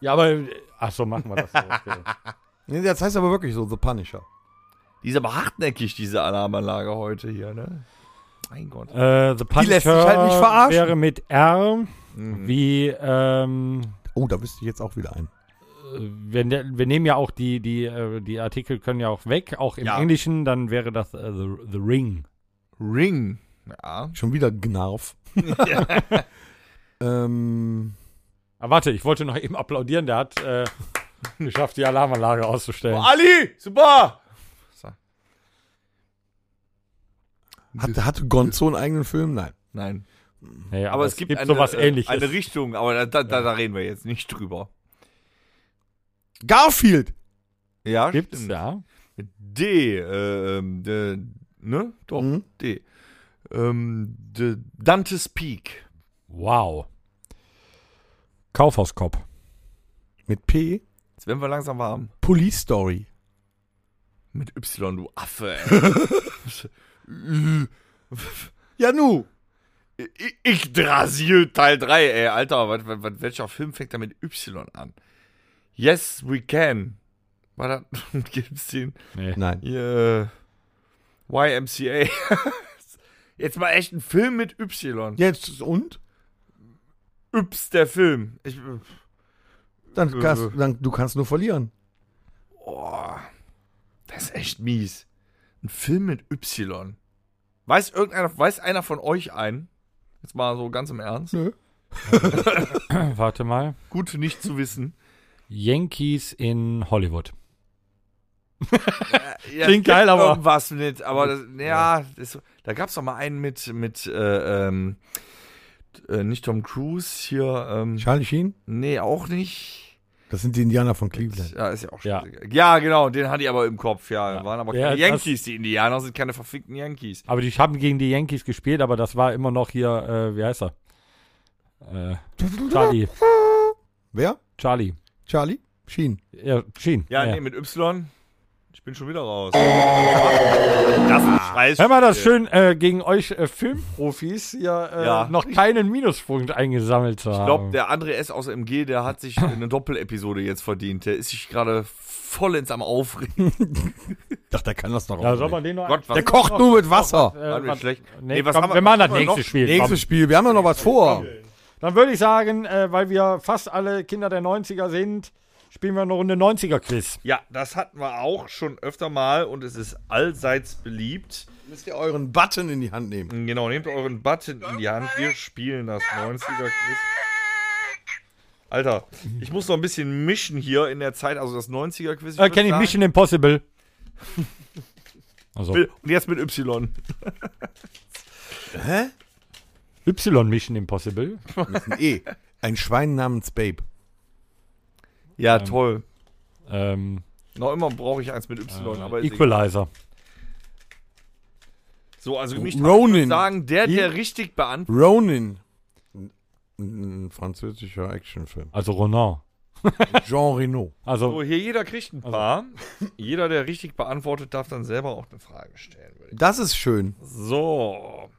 Speaker 4: Ja, aber ach so, machen wir das. So, okay.
Speaker 3: Nee, das heißt aber wirklich so The Punisher.
Speaker 2: Die ist aber hartnäckig, diese Alarmanlage heute hier, ne? Mein Gott.
Speaker 4: äh, The Punisher
Speaker 3: lässt sich halt nicht verarschen. Mhm.
Speaker 4: wäre mit R wie ähm,
Speaker 3: Oh, da wüsste ich jetzt auch wieder ein.
Speaker 4: wir, ne-, wir nehmen ja auch die, die, äh, die Artikel können ja auch weg, auch im
Speaker 2: Ja.
Speaker 4: Englischen, dann wäre das äh, the, the Ring.
Speaker 2: Ring. Ja.
Speaker 3: Schon wieder Gnarf. ähm,
Speaker 4: Ah, warte, ich wollte noch eben applaudieren, der hat äh, geschafft, die Alarmanlage
Speaker 2: Äh,
Speaker 4: auszustellen.
Speaker 2: Ali, super!
Speaker 3: hat, hatte Gonzo einen eigenen Film? Nein.
Speaker 2: Nein.
Speaker 4: Nee,
Speaker 2: Aber, es gibt, eine,
Speaker 4: sowas
Speaker 2: äh,
Speaker 4: ähnliches.
Speaker 2: Eine Richtung, aber da, da, da, da reden wir jetzt nicht drüber.
Speaker 3: Garfield!
Speaker 2: Ja,
Speaker 4: Gibt's,
Speaker 2: stimmt.
Speaker 4: ja.
Speaker 2: D, äh, ähm, d, ne? Doch,
Speaker 3: Mhm.
Speaker 2: D. Ähm, d, Dante's Peak.
Speaker 4: Wow. Kaufhauskopf.
Speaker 3: Mit P.
Speaker 2: Jetzt werden wir langsam warm.
Speaker 3: Police Story.
Speaker 2: Mit Y, du Affe, ey.
Speaker 3: Ja, nu.
Speaker 2: Ich- ich Drasil Teil 3, ey, Alter. Was, was, was, welcher Film fängt da mit Y an? Yes, we can. War das? Gibt's den?
Speaker 4: Nee.
Speaker 3: Nein.
Speaker 2: Hier, äh, YMCA. Jetzt mal echt ein Film mit Y.
Speaker 3: Jetzt und?
Speaker 2: Yps, der Film. Ich,
Speaker 3: Dann kannst, dann, du kannst nur verlieren.
Speaker 2: oh, das ist echt mies. Ein Film mit Y. Weiß irgendeiner, weiß einer von euch ein? Jetzt mal so ganz im Ernst.
Speaker 3: Nö.
Speaker 4: Warte mal.
Speaker 2: Gut, nicht zu wissen.
Speaker 4: Yankees in Hollywood.
Speaker 2: Äh, Ja,
Speaker 4: Klingt
Speaker 2: es gibt
Speaker 4: geil, aber-
Speaker 2: Irgendwas mit, aber das, ja, das, da gab es doch mal einen mit, mit, äh, ähm, äh, nicht Tom Cruise, hier, ähm,
Speaker 3: Charlie Sheen?
Speaker 2: nee, auch nicht.
Speaker 3: Das sind die Indianer von Cleveland.
Speaker 2: Ja, ist ja auch
Speaker 4: Ja.
Speaker 2: scheißegal. Ja, genau, den hatte ich aber im Kopf, ja.
Speaker 4: Ja.
Speaker 2: Waren aber
Speaker 4: Ja,
Speaker 2: keine
Speaker 4: das-
Speaker 2: Yankees, die Indianer sind keine verfickten Yankees.
Speaker 4: Aber die haben gegen die Yankees gespielt, aber das war immer noch hier, äh, wie heißt er? Äh, Charlie.
Speaker 3: Wer?
Speaker 4: Charlie.
Speaker 3: Charlie? Sheen.
Speaker 4: Ja, Sheen.
Speaker 2: Ja, nee, mit Y. Ich bin schon wieder raus. Das ist Scheiß.
Speaker 4: Hör mal, das schön äh, gegen euch äh, Filmprofis hier äh,
Speaker 2: Ja.
Speaker 4: noch keinen Minuspunkt eingesammelt zu haben.
Speaker 2: Ich glaube, der André S. aus MG, der hat sich eine Doppelepisode jetzt verdient. Der ist sich gerade vollends am Aufregen.
Speaker 3: Ich dachte, der kann das doch
Speaker 4: ja,
Speaker 3: auch.
Speaker 4: soll man
Speaker 3: nicht.
Speaker 4: den noch
Speaker 2: Gott, was
Speaker 3: Der kocht nur mit Wasser.
Speaker 4: äh,
Speaker 2: Waren wir
Speaker 4: was-
Speaker 2: schlecht?
Speaker 4: Nee,
Speaker 2: Nee, was
Speaker 4: komm,
Speaker 2: haben wir-
Speaker 4: wir machen das
Speaker 2: was haben wir
Speaker 4: nächste
Speaker 2: noch?
Speaker 4: Spiel. Komm.
Speaker 3: Nächstes Spiel, wir haben ja noch was vor.
Speaker 4: Dann würde ich sagen, äh, weil wir fast alle Kinder der 90er sind, spielen wir eine Runde 90er-Quiz.
Speaker 2: Ja, das hatten wir auch schon öfter mal und es ist allseits beliebt.
Speaker 3: Müsst ihr euren Button in die Hand nehmen.
Speaker 2: Genau, nehmt euren Button in die Hand. Wir spielen das 90er-Quiz. Alter, ich muss noch ein bisschen mischen hier in der Zeit. Also das 90er-Quiz.
Speaker 4: Äh, Kenne ich
Speaker 2: würd
Speaker 4: Mission Impossible. Also,
Speaker 2: sagen, Und jetzt mit Y.
Speaker 4: Y Mission Impossible.
Speaker 3: Mit einem E. Ein Schwein namens Babe.
Speaker 2: Ja, toll.
Speaker 4: Ähm,
Speaker 2: Noch immer brauche ich eins mit Y.
Speaker 4: Ah,
Speaker 2: aber ist egal.
Speaker 4: Equalizer.
Speaker 2: so, also mich
Speaker 3: Ronin.
Speaker 2: sagen, der, der richtig beantwortet.
Speaker 3: Ronin. Ein französischer Actionfilm.
Speaker 4: Also Ronan.
Speaker 3: Jean Reno.
Speaker 4: Also,
Speaker 2: So, hier jeder kriegt ein paar. Jeder, der richtig beantwortet, darf dann selber auch eine Frage stellen. würde ich-
Speaker 3: Das ist schön.
Speaker 2: So.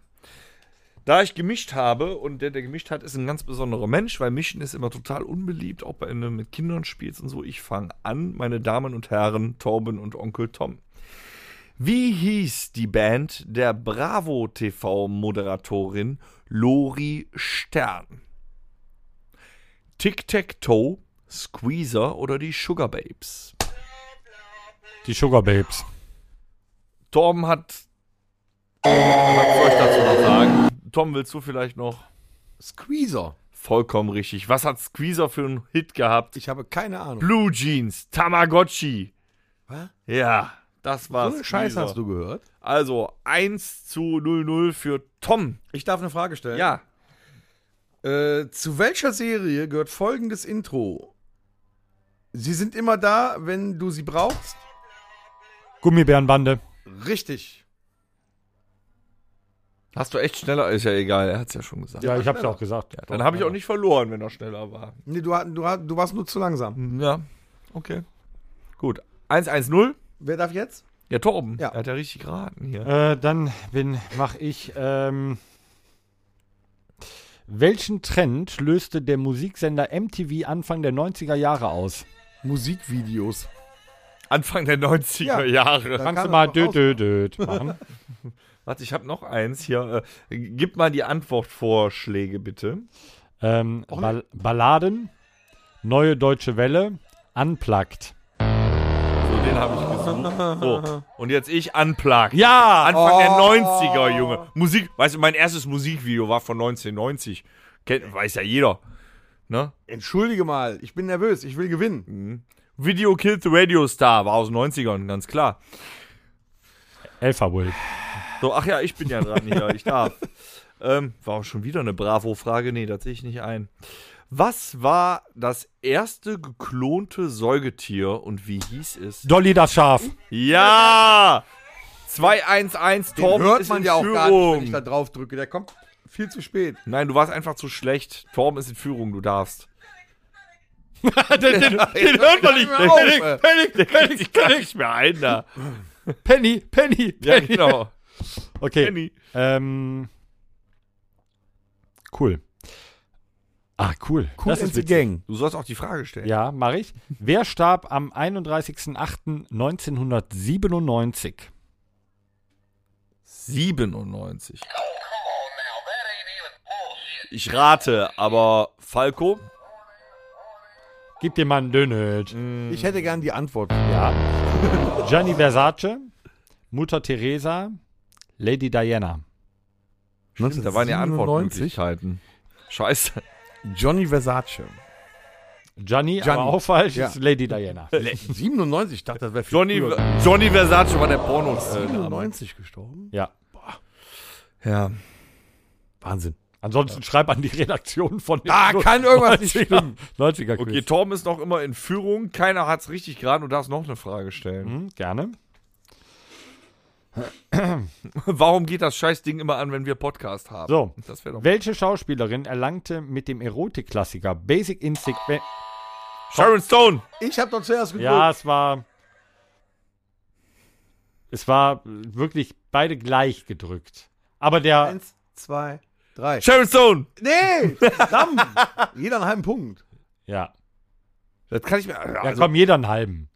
Speaker 2: Da ich gemischt habe und der, der gemischt hat, ist ein ganz besonderer Mensch, weil Mischen ist immer total unbeliebt, auch bei, wenn du mit Kindern spielst und so. Ich fange an, meine Damen und Herren, Torben und Onkel Tom. Wie hieß die Band der Bravo TV-Moderatorin Lori Stern? Tic-Tac-Toe, Squeezer oder die Sugar Babes?
Speaker 4: die Sugar Babes.
Speaker 2: Torben hat. Was soll ich dazu noch sagen? Tom, willst du vielleicht noch?
Speaker 3: Squeezer.
Speaker 2: Vollkommen richtig. Was hat Squeezer für einen Hit gehabt?
Speaker 3: Ich habe keine Ahnung.
Speaker 2: Blue Jeans, Tamagotchi.
Speaker 3: Was?
Speaker 2: Ja, das war's.
Speaker 3: So einen Scheiß hast du gehört.
Speaker 2: Also 1 zu 0-0 für Tom.
Speaker 3: Ich darf eine Frage stellen.
Speaker 2: Ja.
Speaker 3: Äh, zu welcher Serie gehört folgendes Intro? Sie sind immer da, wenn du sie brauchst.
Speaker 4: Gummibärenbande.
Speaker 3: Richtig.
Speaker 2: Hast du echt schneller? Ist ja egal, er hat's ja schon gesagt.
Speaker 4: Ja, ich hab's auch gesagt.
Speaker 2: Dann habe ich auch nicht verloren, wenn er schneller war.
Speaker 3: Nee, du, hat- du, hat- du warst nur zu langsam.
Speaker 2: Hm, Ja, okay. Gut. 1-1-0.
Speaker 3: Wer darf jetzt?
Speaker 2: Ja, Torben.
Speaker 3: Ja.
Speaker 2: Er hat ja richtig geraten hier.
Speaker 4: Äh, dann bin, mach ich. Ähm, welchen Trend löste der Musiksender MTV Anfang der 90er Jahre aus?
Speaker 3: Musikvideos.
Speaker 2: Anfang der 90er Jahre.
Speaker 3: Dann
Speaker 4: Kannst
Speaker 3: kam
Speaker 4: du mal
Speaker 3: das doch
Speaker 4: dö, dö, dö machen?
Speaker 2: Warte, ich habe noch eins hier. Äh, gib mal die Antwortvorschläge bitte.
Speaker 4: ähm, Ball Balladen, Neue Deutsche Welle, Unplugged.
Speaker 2: So, den habe ich gesucht. So, und jetzt ich Unplugged.
Speaker 4: Ja!
Speaker 2: Anfang der 90er, Junge. Musik, weißt du, mein erstes Musikvideo war von 1990. Kennt, weiß ja jeder. Ne?
Speaker 3: Entschuldige mal, ich bin nervös, ich will gewinnen.
Speaker 2: Video Killed the Radio Star war aus den 90ern, ganz klar.
Speaker 4: Elphabull.
Speaker 2: So, ach ja, ich bin ja dran hier, ich darf. Ähm, war auch schon wieder eine Bravo-Frage. Nee, da sehe ich nicht ein. Was war das erste geklonte Säugetier und wie hieß es?
Speaker 4: Dolly das Schaf.
Speaker 2: Ja! 2-1-1, Torben ist in Führung.
Speaker 3: wenn ich da drauf drücke. Der kommt viel zu spät.
Speaker 2: Nein, du warst einfach zu schlecht. Torben ist in Führung, du darfst.
Speaker 4: den, den, den hört man nicht.
Speaker 3: Hör mir auf,
Speaker 2: Penny, Penny, ich kann nicht mehr ein da.
Speaker 4: Penny, Penny, Penny.
Speaker 2: Ja, genau.
Speaker 4: Okay.
Speaker 2: Penny.
Speaker 4: Ähm, cool. Ah, cool.
Speaker 3: Cool
Speaker 4: das ist witzig.
Speaker 3: Gang.
Speaker 2: Du sollst auch die Frage stellen.
Speaker 4: Ja, mache ich. Wer starb am 31.08.1997?
Speaker 2: 97. Ich rate, aber Falco?
Speaker 4: Gib dir mal einen Dönöd.
Speaker 2: Hm.
Speaker 3: Ich hätte gern die Antwort.
Speaker 4: Ja. Gianni Versace, Mutter Teresa, Lady Diana.
Speaker 2: Da waren ja
Speaker 3: 1997,
Speaker 2: Antwortmöglichkeiten. Scheiße.
Speaker 3: Johnny Versace.
Speaker 4: Gianni,
Speaker 3: Gianni.
Speaker 4: aber auch falsch,
Speaker 3: Ja.
Speaker 4: ist Lady Diana.
Speaker 3: 97, ich dachte, das wäre viel
Speaker 2: Johnny,
Speaker 3: früher.
Speaker 2: Johnny Versace war der porno äh,
Speaker 3: 97 gestorben?
Speaker 4: Ja.
Speaker 2: Ja.
Speaker 3: Wahnsinn.
Speaker 4: Ansonsten schreib an die Redaktion von den
Speaker 3: Da kann irgendwas nicht
Speaker 4: 90er
Speaker 3: stimmen.
Speaker 4: 90er
Speaker 2: Okay,
Speaker 4: Quiz.
Speaker 2: Torben ist noch immer in Führung. Keiner hat's richtig geraten. Du darfst noch eine Frage stellen.
Speaker 4: Hm, gerne.
Speaker 2: Warum geht das Scheißding immer an, wenn wir Podcast haben?
Speaker 4: So.
Speaker 2: Das wäre doch.
Speaker 4: Welche Schauspielerin erlangte mit dem Erotikklassiker Basic Instinct?
Speaker 2: Oh,
Speaker 4: Be-
Speaker 2: Sharon Stone!
Speaker 3: Ich habe doch zuerst geguckt.
Speaker 4: Ja, es war. Es war wirklich beide gleich gedrückt. Aber der.
Speaker 3: Eins, zwei, drei.
Speaker 2: Sharon Stone!
Speaker 3: Nee, verdammt. Jeder einen halben Punkt.
Speaker 4: Ja.
Speaker 2: Das kann ich mir.
Speaker 4: Ja,
Speaker 2: Also,
Speaker 4: komm, jeder einen halben.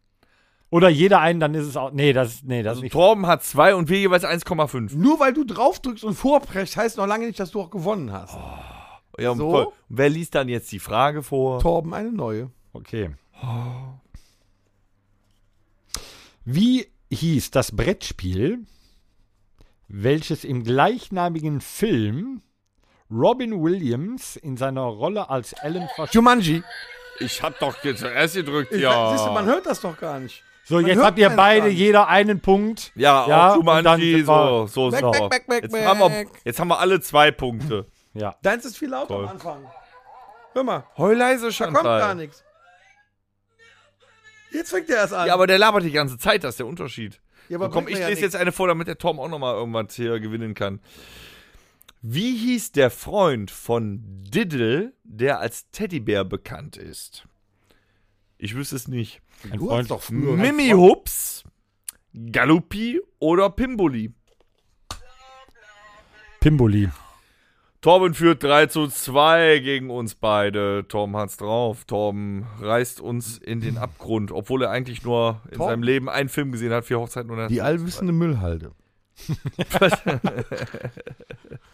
Speaker 4: Oder jeder einen, dann ist es auch. Nee, das, nee, das ist
Speaker 2: also
Speaker 4: nicht.
Speaker 2: Torben hat zwei und wir jeweils 1,5.
Speaker 3: Nur weil du draufdrückst und vorprecht, heißt noch lange nicht, dass du auch gewonnen hast.
Speaker 4: Oh.
Speaker 2: Ja, und
Speaker 3: So?
Speaker 2: voll. Und wer liest dann jetzt die Frage vor?
Speaker 3: Torben, eine neue.
Speaker 4: Okay. Wie hieß das Brettspiel, welches im gleichnamigen Film Robin Williams in seiner Rolle als Alan
Speaker 3: Äh,
Speaker 4: Fasch
Speaker 3: Jumanji.
Speaker 2: Ich hab doch jetzt erst gedrückt,
Speaker 3: Ich- Siehst du, man hört das doch gar nicht.
Speaker 4: So,
Speaker 3: Man
Speaker 4: jetzt
Speaker 3: hört
Speaker 4: habt ihr
Speaker 3: keinen
Speaker 4: beide
Speaker 3: Klang.
Speaker 4: jeder einen Punkt.
Speaker 2: Ja,
Speaker 4: Ja,
Speaker 2: auch
Speaker 4: und dann
Speaker 2: Jumanji,
Speaker 4: sind wir-
Speaker 2: so, so ist
Speaker 3: Back,
Speaker 2: auch.
Speaker 3: back, back, back,
Speaker 2: jetzt, haben wir,
Speaker 3: back.
Speaker 2: jetzt haben wir alle zwei Punkte.
Speaker 4: Ja.
Speaker 3: Deins ist viel lauter
Speaker 2: Toll.
Speaker 3: am Anfang. Hör mal,
Speaker 2: Heul leise,
Speaker 3: da
Speaker 2: Chantal.
Speaker 3: kommt gar nichts. Jetzt fängt er erst an.
Speaker 2: Ja, aber der labert die ganze Zeit, das ist der Unterschied.
Speaker 3: Ja, aber
Speaker 2: So, komm,
Speaker 3: bringt
Speaker 2: ich
Speaker 3: mir ja
Speaker 2: lese
Speaker 3: nichts.
Speaker 2: jetzt eine vor, damit der Tom auch nochmal irgendwas hier gewinnen kann. Wie hieß der Freund von Diddle, der als Teddybär bekannt ist? Ich wüsste es nicht.
Speaker 4: Ein
Speaker 3: Du
Speaker 4: Freund.
Speaker 3: hast doch früher.
Speaker 2: Mimi Hups, Galuppi oder Pimboli?
Speaker 4: Pimboli.
Speaker 2: Torben führt 3 zu 2 gegen uns beide. Torben hat's drauf. Torben reißt uns in den Abgrund, obwohl er eigentlich nur in
Speaker 3: Torben?
Speaker 2: seinem Leben einen Film gesehen hat, vier Hochzeiten und ein-
Speaker 3: Die allwissende Müllhalde.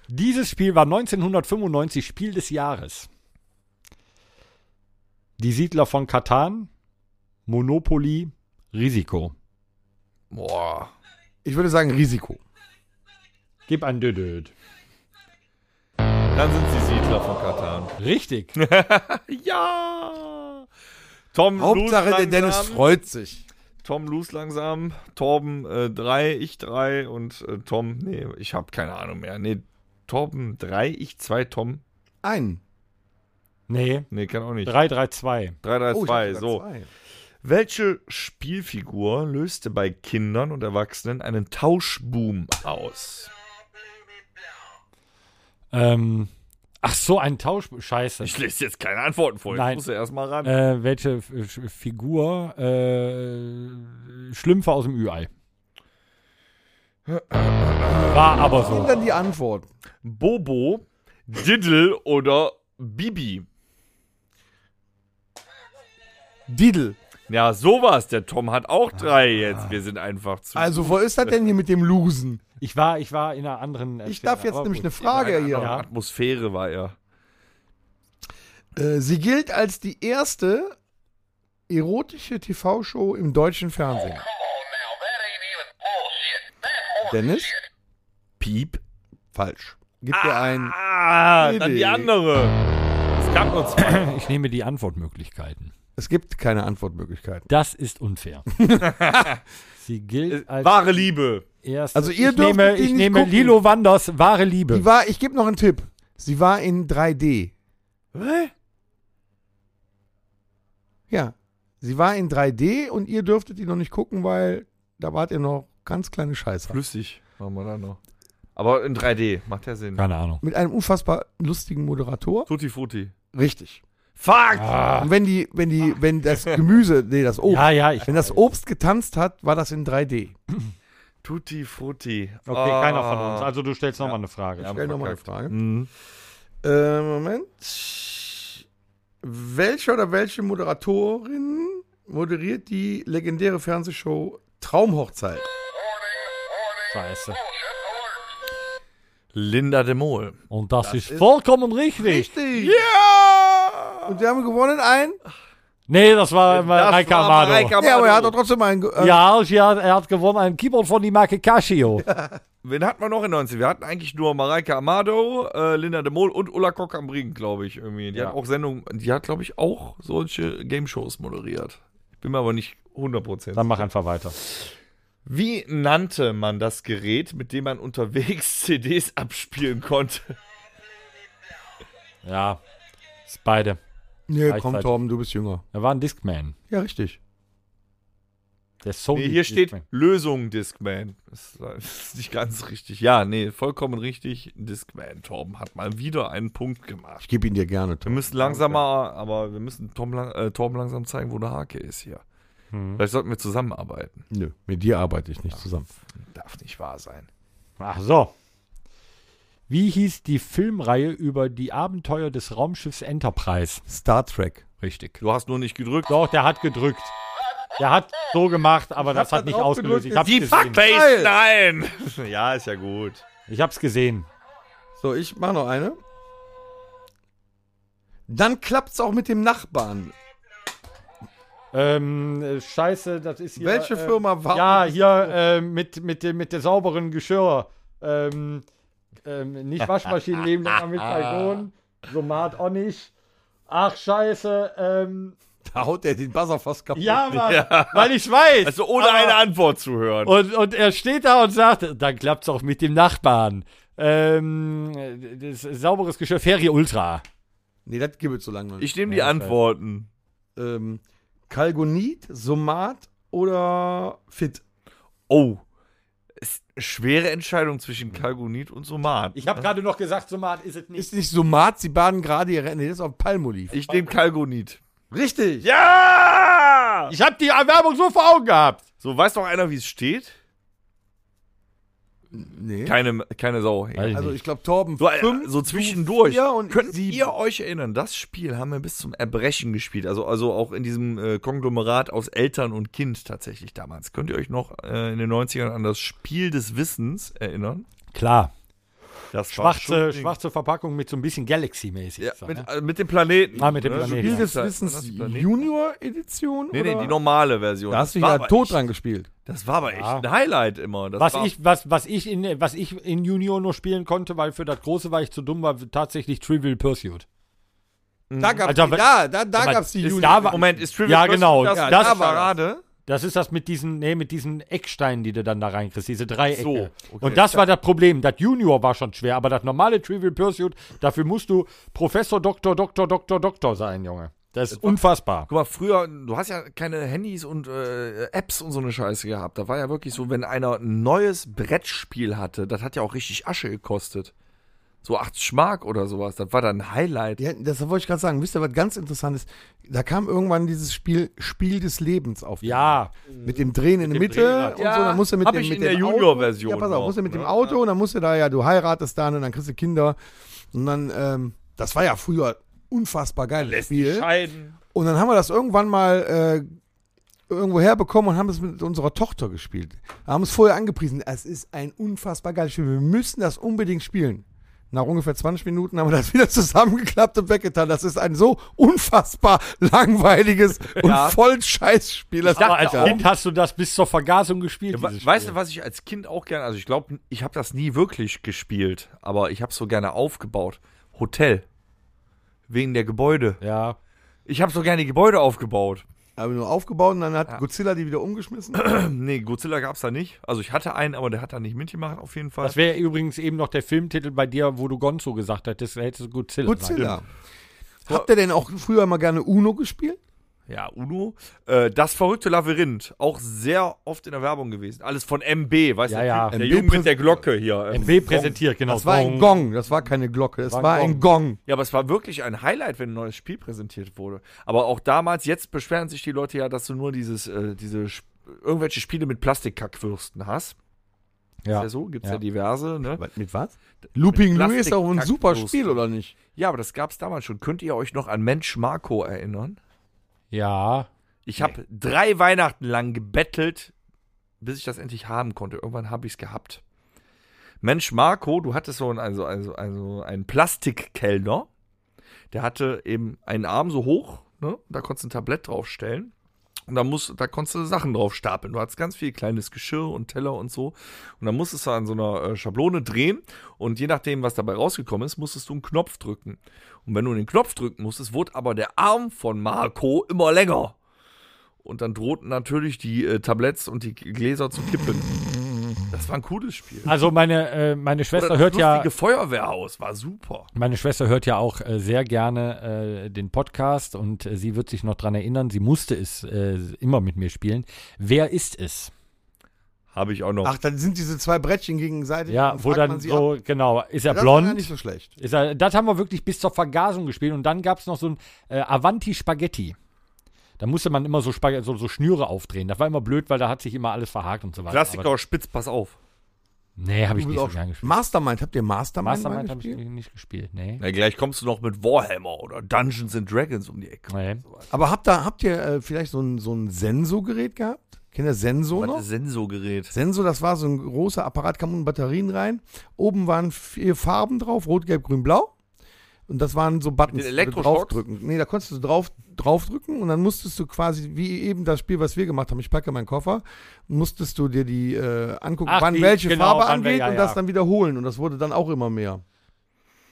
Speaker 4: Dieses Spiel war 1995 Spiel des Jahres. Die Siedler von Katan, Monopoly, Risiko.
Speaker 2: Boah.
Speaker 6: Ich würde sagen Risiko.
Speaker 4: Gib ein Dödöd.
Speaker 2: Dann sind sie Siedler von Katan.
Speaker 4: Richtig.
Speaker 2: Ja! Tom
Speaker 3: Hauptsache,
Speaker 2: lose
Speaker 3: der Dennis
Speaker 2: langsam.
Speaker 3: freut sich.
Speaker 2: Tom los langsam. Torben 3, ich 3 und äh, Tom, nee, ich habe keine Ahnung mehr. Nee, Torben 3, ich 2, Tom.
Speaker 3: Einen.
Speaker 4: Nee,
Speaker 2: Nee, kann auch nicht.
Speaker 4: 332.
Speaker 2: 3, 3,
Speaker 3: Oh, ich
Speaker 2: 2,
Speaker 3: hab
Speaker 2: so.
Speaker 3: gesagt zwei.
Speaker 2: Welche Spielfigur löste bei Kindern und Erwachsenen einen Tauschboom aus?
Speaker 4: Ähm, ach so, ein Tausch. Scheiße.
Speaker 2: Ich lese jetzt keine Antworten vor.
Speaker 4: Nein.
Speaker 2: Ich muss ja erstmal ran.
Speaker 4: Äh, welche F F- Figur? Äh, Schlümpfe aus dem Ü-Ei. War aber
Speaker 3: Und
Speaker 4: so.
Speaker 3: dann die Antwort.
Speaker 2: Bobo, Diddle oder Bibi?
Speaker 3: Didel.
Speaker 2: Ja, sowas. Der Tom hat auch
Speaker 4: Ah.
Speaker 2: drei jetzt. Wir sind einfach zu.
Speaker 3: Also, wo ist das denn hier mit dem Losen?
Speaker 4: Ich war, ich war in einer anderen.
Speaker 3: Ich darf jetzt
Speaker 4: aber
Speaker 3: nämlich eine
Speaker 4: gut.
Speaker 3: Frage hier.
Speaker 2: Ja. Atmosphäre war er.
Speaker 3: Äh, sie gilt als die erste erotische TV-Show im deutschen Fernsehen. Dennis?
Speaker 2: Piep.
Speaker 3: Falsch. Gib dir ein.
Speaker 2: Ah, dann
Speaker 3: Idee.
Speaker 2: die andere. Es gab nur zwei.
Speaker 4: Ich nehme die Antwortmöglichkeiten.
Speaker 3: Es gibt keine Antwortmöglichkeiten.
Speaker 4: Das ist unfair. Sie gilt als
Speaker 2: Wahre Liebe.
Speaker 4: erste.
Speaker 3: Äh, Also ihr
Speaker 4: ich
Speaker 3: dürftet
Speaker 4: nehme,
Speaker 3: die
Speaker 4: ich
Speaker 3: nicht
Speaker 4: nehme
Speaker 3: gucken.
Speaker 4: Lilo Wanders wahre
Speaker 3: Die
Speaker 4: Liebe.
Speaker 3: war, ich gebe noch einen Tipp. Sie war in 3D. Ja. Sie war in 3D und ihr dürftet die noch nicht gucken, weil da wart ihr noch ganz kleine Scheiße.
Speaker 2: Flüssig. Machen wir da noch. Aber in 3D. Macht ja Sinn.
Speaker 4: Keine Ahnung.
Speaker 3: Mit einem unfassbar lustigen Moderator.
Speaker 2: Tutti Frutti.
Speaker 3: Richtig.
Speaker 2: Fuck!
Speaker 4: Ah.
Speaker 3: Und wenn die, wenn die,
Speaker 2: Ah.
Speaker 3: wenn das Gemüse, nee, das Obst,
Speaker 4: Ja, ja, ich.
Speaker 3: wenn das Obst getanzt hat, war das in 3D.
Speaker 2: Tutti Frutti. Ah.
Speaker 4: Okay, keiner von uns. Also du stellst nochmal eine Frage.
Speaker 2: Ja.
Speaker 3: Ah. Stell nochmal eine
Speaker 2: verkackt.
Speaker 3: Frage.
Speaker 2: Mhm.
Speaker 3: Äh, Moment. Welcher oder welche Moderatorin moderiert die legendäre Fernsehshow Traumhochzeit?
Speaker 4: Scheiße.
Speaker 2: Linda de Mol.
Speaker 4: Und das, ist, vollkommen richtig.
Speaker 3: Richtig.
Speaker 2: Ja!
Speaker 3: Und wir haben gewonnen ein.
Speaker 4: Nee, das war mal
Speaker 2: Das
Speaker 4: Reika
Speaker 2: war
Speaker 4: Amado.
Speaker 2: Mareike Amado.
Speaker 3: Ja, aber er hat doch trotzdem einen. ge- Äh,
Speaker 4: Ja, sie hat, er hat gewonnen ein Keyboard von die Marke Casio.
Speaker 2: Wen hatten wir noch in 19? Wir hatten eigentlich nur Mareike Amado, äh, Linda de Mol und Ulla Kock am Brink, glaube ich, irgendwie. Die
Speaker 4: Ja.
Speaker 2: hat auch Sendungen, die hat, glaube ich, auch solche Game-Shows moderiert. Bin mir aber nicht 100%.
Speaker 4: Dann mach einfach weiter.
Speaker 2: Wie nannte man das Gerät, mit dem man unterwegs CDs abspielen konnte?
Speaker 4: Ja, ist beide.
Speaker 3: Nee, komm,
Speaker 4: Gleichzeitig.
Speaker 3: Torben, du bist jünger.
Speaker 4: Er war ein Discman.
Speaker 3: Ja, richtig.
Speaker 4: Der
Speaker 3: Oh,
Speaker 4: Sony
Speaker 2: Nee, hier steht
Speaker 4: Discman.
Speaker 2: Lösung Discman. Das ist- äh, das ist nicht ganz richtig. Ja, nee, vollkommen richtig. Discman. Torben hat mal wieder einen Punkt gemacht.
Speaker 3: Ich gebe ihn dir gerne,
Speaker 4: Mhm.
Speaker 2: Wir
Speaker 3: Torben.
Speaker 2: müssen langsamer, aber wir müssen Tom, lang- äh, Torben langsam zeigen, wo der Hake ist hier. Vielleicht sollten wir zusammenarbeiten.
Speaker 3: Nö, mit dir arbeite ich nicht zusammen.
Speaker 2: Darf nicht wahr sein.
Speaker 4: Ach so. Wie hieß die Filmreihe über die Abenteuer des Raumschiffs Enterprise?
Speaker 3: Star Trek.
Speaker 4: Richtig.
Speaker 2: Du hast nur nicht gedrückt.
Speaker 4: Doch, der hat gedrückt. Der hat so gemacht, aber das hat
Speaker 3: das
Speaker 4: nicht
Speaker 3: auch
Speaker 4: ausgelöst.
Speaker 3: gedrückt.
Speaker 4: Ich hab's
Speaker 2: Die
Speaker 4: gesehen.
Speaker 2: Fuckface, nein! ja, ist ja gut.
Speaker 4: Ich hab's gesehen.
Speaker 3: So, ich mache noch eine. Dann klappt's auch mit dem Nachbarn.
Speaker 4: Ähm, äh, scheiße, das ist hier.
Speaker 3: Welche
Speaker 4: äh,
Speaker 3: Firma war?
Speaker 4: Ja, hier äh, mit, mit, dem, mit der sauberen Geschirr. Ähm, ähm, nicht Waschmaschinen nehmen, sondern mit Balkon. Somat auch nicht. Ach, scheiße. Ähm,
Speaker 3: Da haut er den Buzzer fast kaputt.
Speaker 4: ja, Mann, weil ich weiß.
Speaker 2: Also ohne eine Antwort zu hören.
Speaker 4: Und, und er steht da und sagt, dann klappt's auch mit dem Nachbarn. Ähm, das ist sauberes Geschirr, Ferie Ultra.
Speaker 3: Nee, das gibt es so lange noch nicht.
Speaker 2: Ich nehme die Antworten.
Speaker 3: Ähm, Kalgonit, Somat oder Fit?
Speaker 2: Oh. Ist eine schwere Entscheidung zwischen Kalgonit und Somat.
Speaker 4: Ich habe gerade noch gesagt, Somat ist es nicht.
Speaker 3: Ist nicht Somat, sie baden gerade ihre. Nee, das ist auf Palmolive.
Speaker 2: Ich nehme Kalgonit.
Speaker 3: Richtig!
Speaker 2: Ja!
Speaker 4: Ich habe die Erwerbung so vor Augen gehabt.
Speaker 2: So, weiß noch einer, wie es steht?
Speaker 3: Nee.
Speaker 2: Keine, keine Sau.
Speaker 3: Also, ich glaube, Torben.
Speaker 2: So, äh, so zwischendurch.
Speaker 3: vier und
Speaker 2: Könnt
Speaker 3: sieben.
Speaker 2: ihr euch erinnern, das Spiel haben wir bis zum Erbrechen gespielt. Also, also auch in diesem äh, Konglomerat aus Eltern und Kind tatsächlich damals. Könnt ihr euch noch äh, in den 90ern an das Spiel des Wissens erinnern?
Speaker 4: Klar.
Speaker 2: Das
Speaker 4: Schwarze, schwarze Verpackung mit so ein bisschen Galaxy-mäßig.
Speaker 2: Ja,
Speaker 4: so,
Speaker 2: mit,
Speaker 4: ne?
Speaker 2: äh, mit dem Planeten.
Speaker 4: Ah, mit dem
Speaker 2: ne?
Speaker 4: Planeten,
Speaker 2: Spiel
Speaker 4: ja.
Speaker 2: des
Speaker 3: Des
Speaker 2: Wissens.
Speaker 3: Wissens Junior Edition?
Speaker 2: Nee,
Speaker 3: oder?
Speaker 2: nee, die normale Version.
Speaker 3: Da hast du
Speaker 2: Das war
Speaker 3: ja
Speaker 2: aber
Speaker 3: tot
Speaker 2: echt-
Speaker 3: dran gespielt.
Speaker 2: Das war aber echt
Speaker 4: Ja.
Speaker 2: ein Highlight immer. Das
Speaker 4: was,
Speaker 2: war,
Speaker 4: ich, was, was, ich in, was ich in Junior nur spielen konnte, weil für das Große war ich zu dumm, war tatsächlich Trivial Pursuit.
Speaker 3: Da gab's
Speaker 4: Alter,
Speaker 3: die, ja, da, da
Speaker 4: Moment,
Speaker 3: gab's die
Speaker 4: ist
Speaker 3: Junior.
Speaker 4: da wa-
Speaker 2: Moment, ist Trivial
Speaker 4: Ja,
Speaker 2: Pursuit
Speaker 4: genau,
Speaker 2: Das,
Speaker 4: ja,
Speaker 2: das
Speaker 4: da
Speaker 2: war
Speaker 4: war
Speaker 2: gerade.
Speaker 4: Das ist das mit diesen, nee, mit diesen Ecksteinen, die du dann da reinkriegst, diese Dreiecke.
Speaker 2: So, okay.
Speaker 4: Und das war das Problem. Das Junior war schon schwer, aber das normale Trivial Pursuit, dafür musst du Professor, Doktor, Doktor, Doktor, Doktor sein, Junge. Das
Speaker 2: Äh,
Speaker 4: ist unfassbar.
Speaker 2: Guck mal, früher, du hast ja keine Handys und äh, Apps und so eine Scheiße gehabt. Da war ja wirklich so, wenn einer ein neues Brettspiel hatte, das hat ja auch richtig Asche gekostet. So 8 Schmark oder sowas. Das war dann ein Highlight.
Speaker 3: Ja, das wollte ich gerade sagen. Wisst ihr, was ganz interessant ist? Da kam irgendwann dieses Spiel Spiel des Lebens auf. den
Speaker 4: Ja,
Speaker 3: Mit dem Drehen in der Mitte
Speaker 4: Drehrad.
Speaker 3: und
Speaker 2: Ja,
Speaker 3: so, dann musst du mit
Speaker 2: hab
Speaker 3: dem,
Speaker 2: ich
Speaker 3: mit
Speaker 2: in der
Speaker 3: dem
Speaker 2: Junior-Version
Speaker 3: Auto, ja, pass auf,
Speaker 2: noch,
Speaker 3: musst du mit
Speaker 2: ne?
Speaker 3: dem Auto und dann musst du da ja, du heiratest dann und dann kriegst du Kinder und dann, ähm, das war ja früher unfassbar geil, das Spiel.
Speaker 2: Scheiden.
Speaker 3: Und dann haben wir das irgendwann mal äh, irgendwo herbekommen und haben es mit unserer Tochter gespielt. Haben es vorher angepriesen. Es ist ein unfassbar geiles Spiel. Wir müssen das unbedingt spielen. Nach ungefähr 20 Minuten haben wir das wieder zusammengeklappt und weggetan. Das ist ein so unfassbar langweiliges und voll Scheißspiel. Das
Speaker 4: aber als
Speaker 3: macht ja
Speaker 4: Kind hast du das bis zur Vergasung gespielt. dieses
Speaker 2: Weißt
Speaker 4: Spiel.
Speaker 2: du, was ich als Kind auch gerne, also ich glaube, ich habe das nie wirklich gespielt, aber ich habe so gerne aufgebaut. Hotel. Wegen der Gebäude.
Speaker 4: Ja.
Speaker 2: Ich habe so gerne die Gebäude aufgebaut.
Speaker 3: Aber nur aufgebaut und dann hat Godzilla die wieder umgeschmissen.
Speaker 2: Nee, Godzilla gab's da nicht. Also ich hatte einen, aber der hat da nicht mitgemacht auf jeden Fall.
Speaker 4: Das wäre übrigens eben noch der Filmtitel bei dir, wo du Gonzo gesagt hättest, hättest du Godzilla.
Speaker 3: Godzilla. Habt ihr denn auch früher mal gerne Uno gespielt?
Speaker 2: Ja, Uno. Äh, das verrückte Labyrinth, auch sehr oft in der Werbung gewesen. Alles von MB, weißt
Speaker 4: Ja,
Speaker 2: du?
Speaker 4: ja.
Speaker 2: Der
Speaker 3: MB
Speaker 2: Junge mit der Glocke hier.
Speaker 4: sein.
Speaker 2: ähm,
Speaker 4: MW präsentiert, genau.
Speaker 3: Das war ein Gong, das war keine Glocke, das
Speaker 4: War ein
Speaker 3: war ein Gong.
Speaker 2: Ja, aber es war wirklich ein Highlight, wenn ein neues Spiel präsentiert wurde. Aber auch damals, jetzt beschweren sich die Leute ja, dass du nur dieses, äh, diese Sp- irgendwelche Spiele mit Plastikkackwürsten hast. Ist ja
Speaker 4: Ja.
Speaker 2: so, gibt's ja,
Speaker 4: Ja.
Speaker 2: diverse, ne?
Speaker 3: Mit was? Looping
Speaker 2: Mit
Speaker 3: Louis ist auch ein
Speaker 2: Plastikkack-
Speaker 3: super
Speaker 2: Toast.
Speaker 3: Spiel, oder nicht?
Speaker 2: Ja, aber das gab's damals schon. Könnt ihr euch noch an Mensch Marco erinnern?
Speaker 4: ja.
Speaker 2: Ich habe drei Weihnachten lang gebettelt, bis ich das endlich haben konnte. Irgendwann habe ich es gehabt. Mensch, Marco, du hattest so einen, also, also, also einen Plastikkellner. Der hatte eben einen Arm so hoch, ne? da konntest du ein Tablett draufstellen. Und da, musst, da konntest du Sachen drauf stapeln. Du hattest ganz viel kleines Geschirr und Teller und so. Und dann musstest du an so einer äh, Schablone drehen. Und je nachdem, was dabei rausgekommen ist, musstest du einen Knopf drücken. Und wenn du den Knopf drücken musstest, wurde aber der Arm von Marco immer länger. Und dann drohten natürlich die äh, Tabletts und die Gläser zu kippen. Das war ein cooles Spiel.
Speaker 4: Also meine, äh, meine
Speaker 2: Oder
Speaker 4: Schwester hört ja.
Speaker 2: lustige Feuerwehrhaus war super.
Speaker 4: Meine Schwester hört ja auch äh, sehr gerne äh, den Podcast und äh, sie wird sich noch dran erinnern, sie musste es äh, immer mit mir spielen. Wer ist es?
Speaker 2: Habe ich auch noch.
Speaker 3: Ach, dann sind diese zwei Brettchen gegenseitig.
Speaker 4: Ja,
Speaker 3: und
Speaker 4: wo
Speaker 3: fragt
Speaker 4: dann
Speaker 3: man sie
Speaker 4: so,
Speaker 3: ab.
Speaker 4: genau, ist er
Speaker 3: das war ja
Speaker 4: blond?
Speaker 3: nicht so schlecht.
Speaker 4: Ist er, das haben wir wirklich bis zur Vergasung gespielt und dann gab es noch so ein äh, Avanti Spaghetti. Da musste man immer so, Spag- so, so Schnüre aufdrehen. Das war immer blöd, weil da hat sich immer alles verhakt und so weiter.
Speaker 2: Klassiker
Speaker 4: Aber,
Speaker 2: aus Spitz, pass auf.
Speaker 4: nee, habe ich
Speaker 3: Du
Speaker 4: nicht so
Speaker 3: bist auch
Speaker 4: gern gespielt.
Speaker 3: Mastermind, habt ihr Mastermind, mal
Speaker 4: Mastermind habe ich
Speaker 3: gespielt?
Speaker 4: nicht gespielt. Nee.
Speaker 2: Na, gleich kommst du noch mit Warhammer oder Dungeons and Dragons um die Ecke.
Speaker 4: nee.
Speaker 3: Aber habt, da, habt ihr äh, vielleicht so ein, so ein Senso-Gerät gehabt? Kennt ihr Senso
Speaker 2: Was
Speaker 3: noch?
Speaker 2: ist Sensorgerät?
Speaker 3: Sensor, das war so ein großer Apparat, kam unten Batterien rein. Oben waren vier Farben drauf, rot, gelb, grün, blau. Und das waren so Buttons,
Speaker 2: den
Speaker 3: die du
Speaker 2: Elektroschocks?
Speaker 3: draufdrücken. Nee, da konntest du drauf, draufdrücken und dann musstest du quasi, wie eben das Spiel, was wir gemacht haben, ich packe meinen Koffer, musstest du dir die äh, angucken,
Speaker 4: Ach,
Speaker 3: wann
Speaker 4: die-
Speaker 3: welche
Speaker 4: genau,
Speaker 3: Farbe
Speaker 4: wann wir-
Speaker 3: angeht
Speaker 4: ja,
Speaker 3: und
Speaker 4: ja.
Speaker 3: das dann wiederholen. Und das wurde dann auch immer mehr.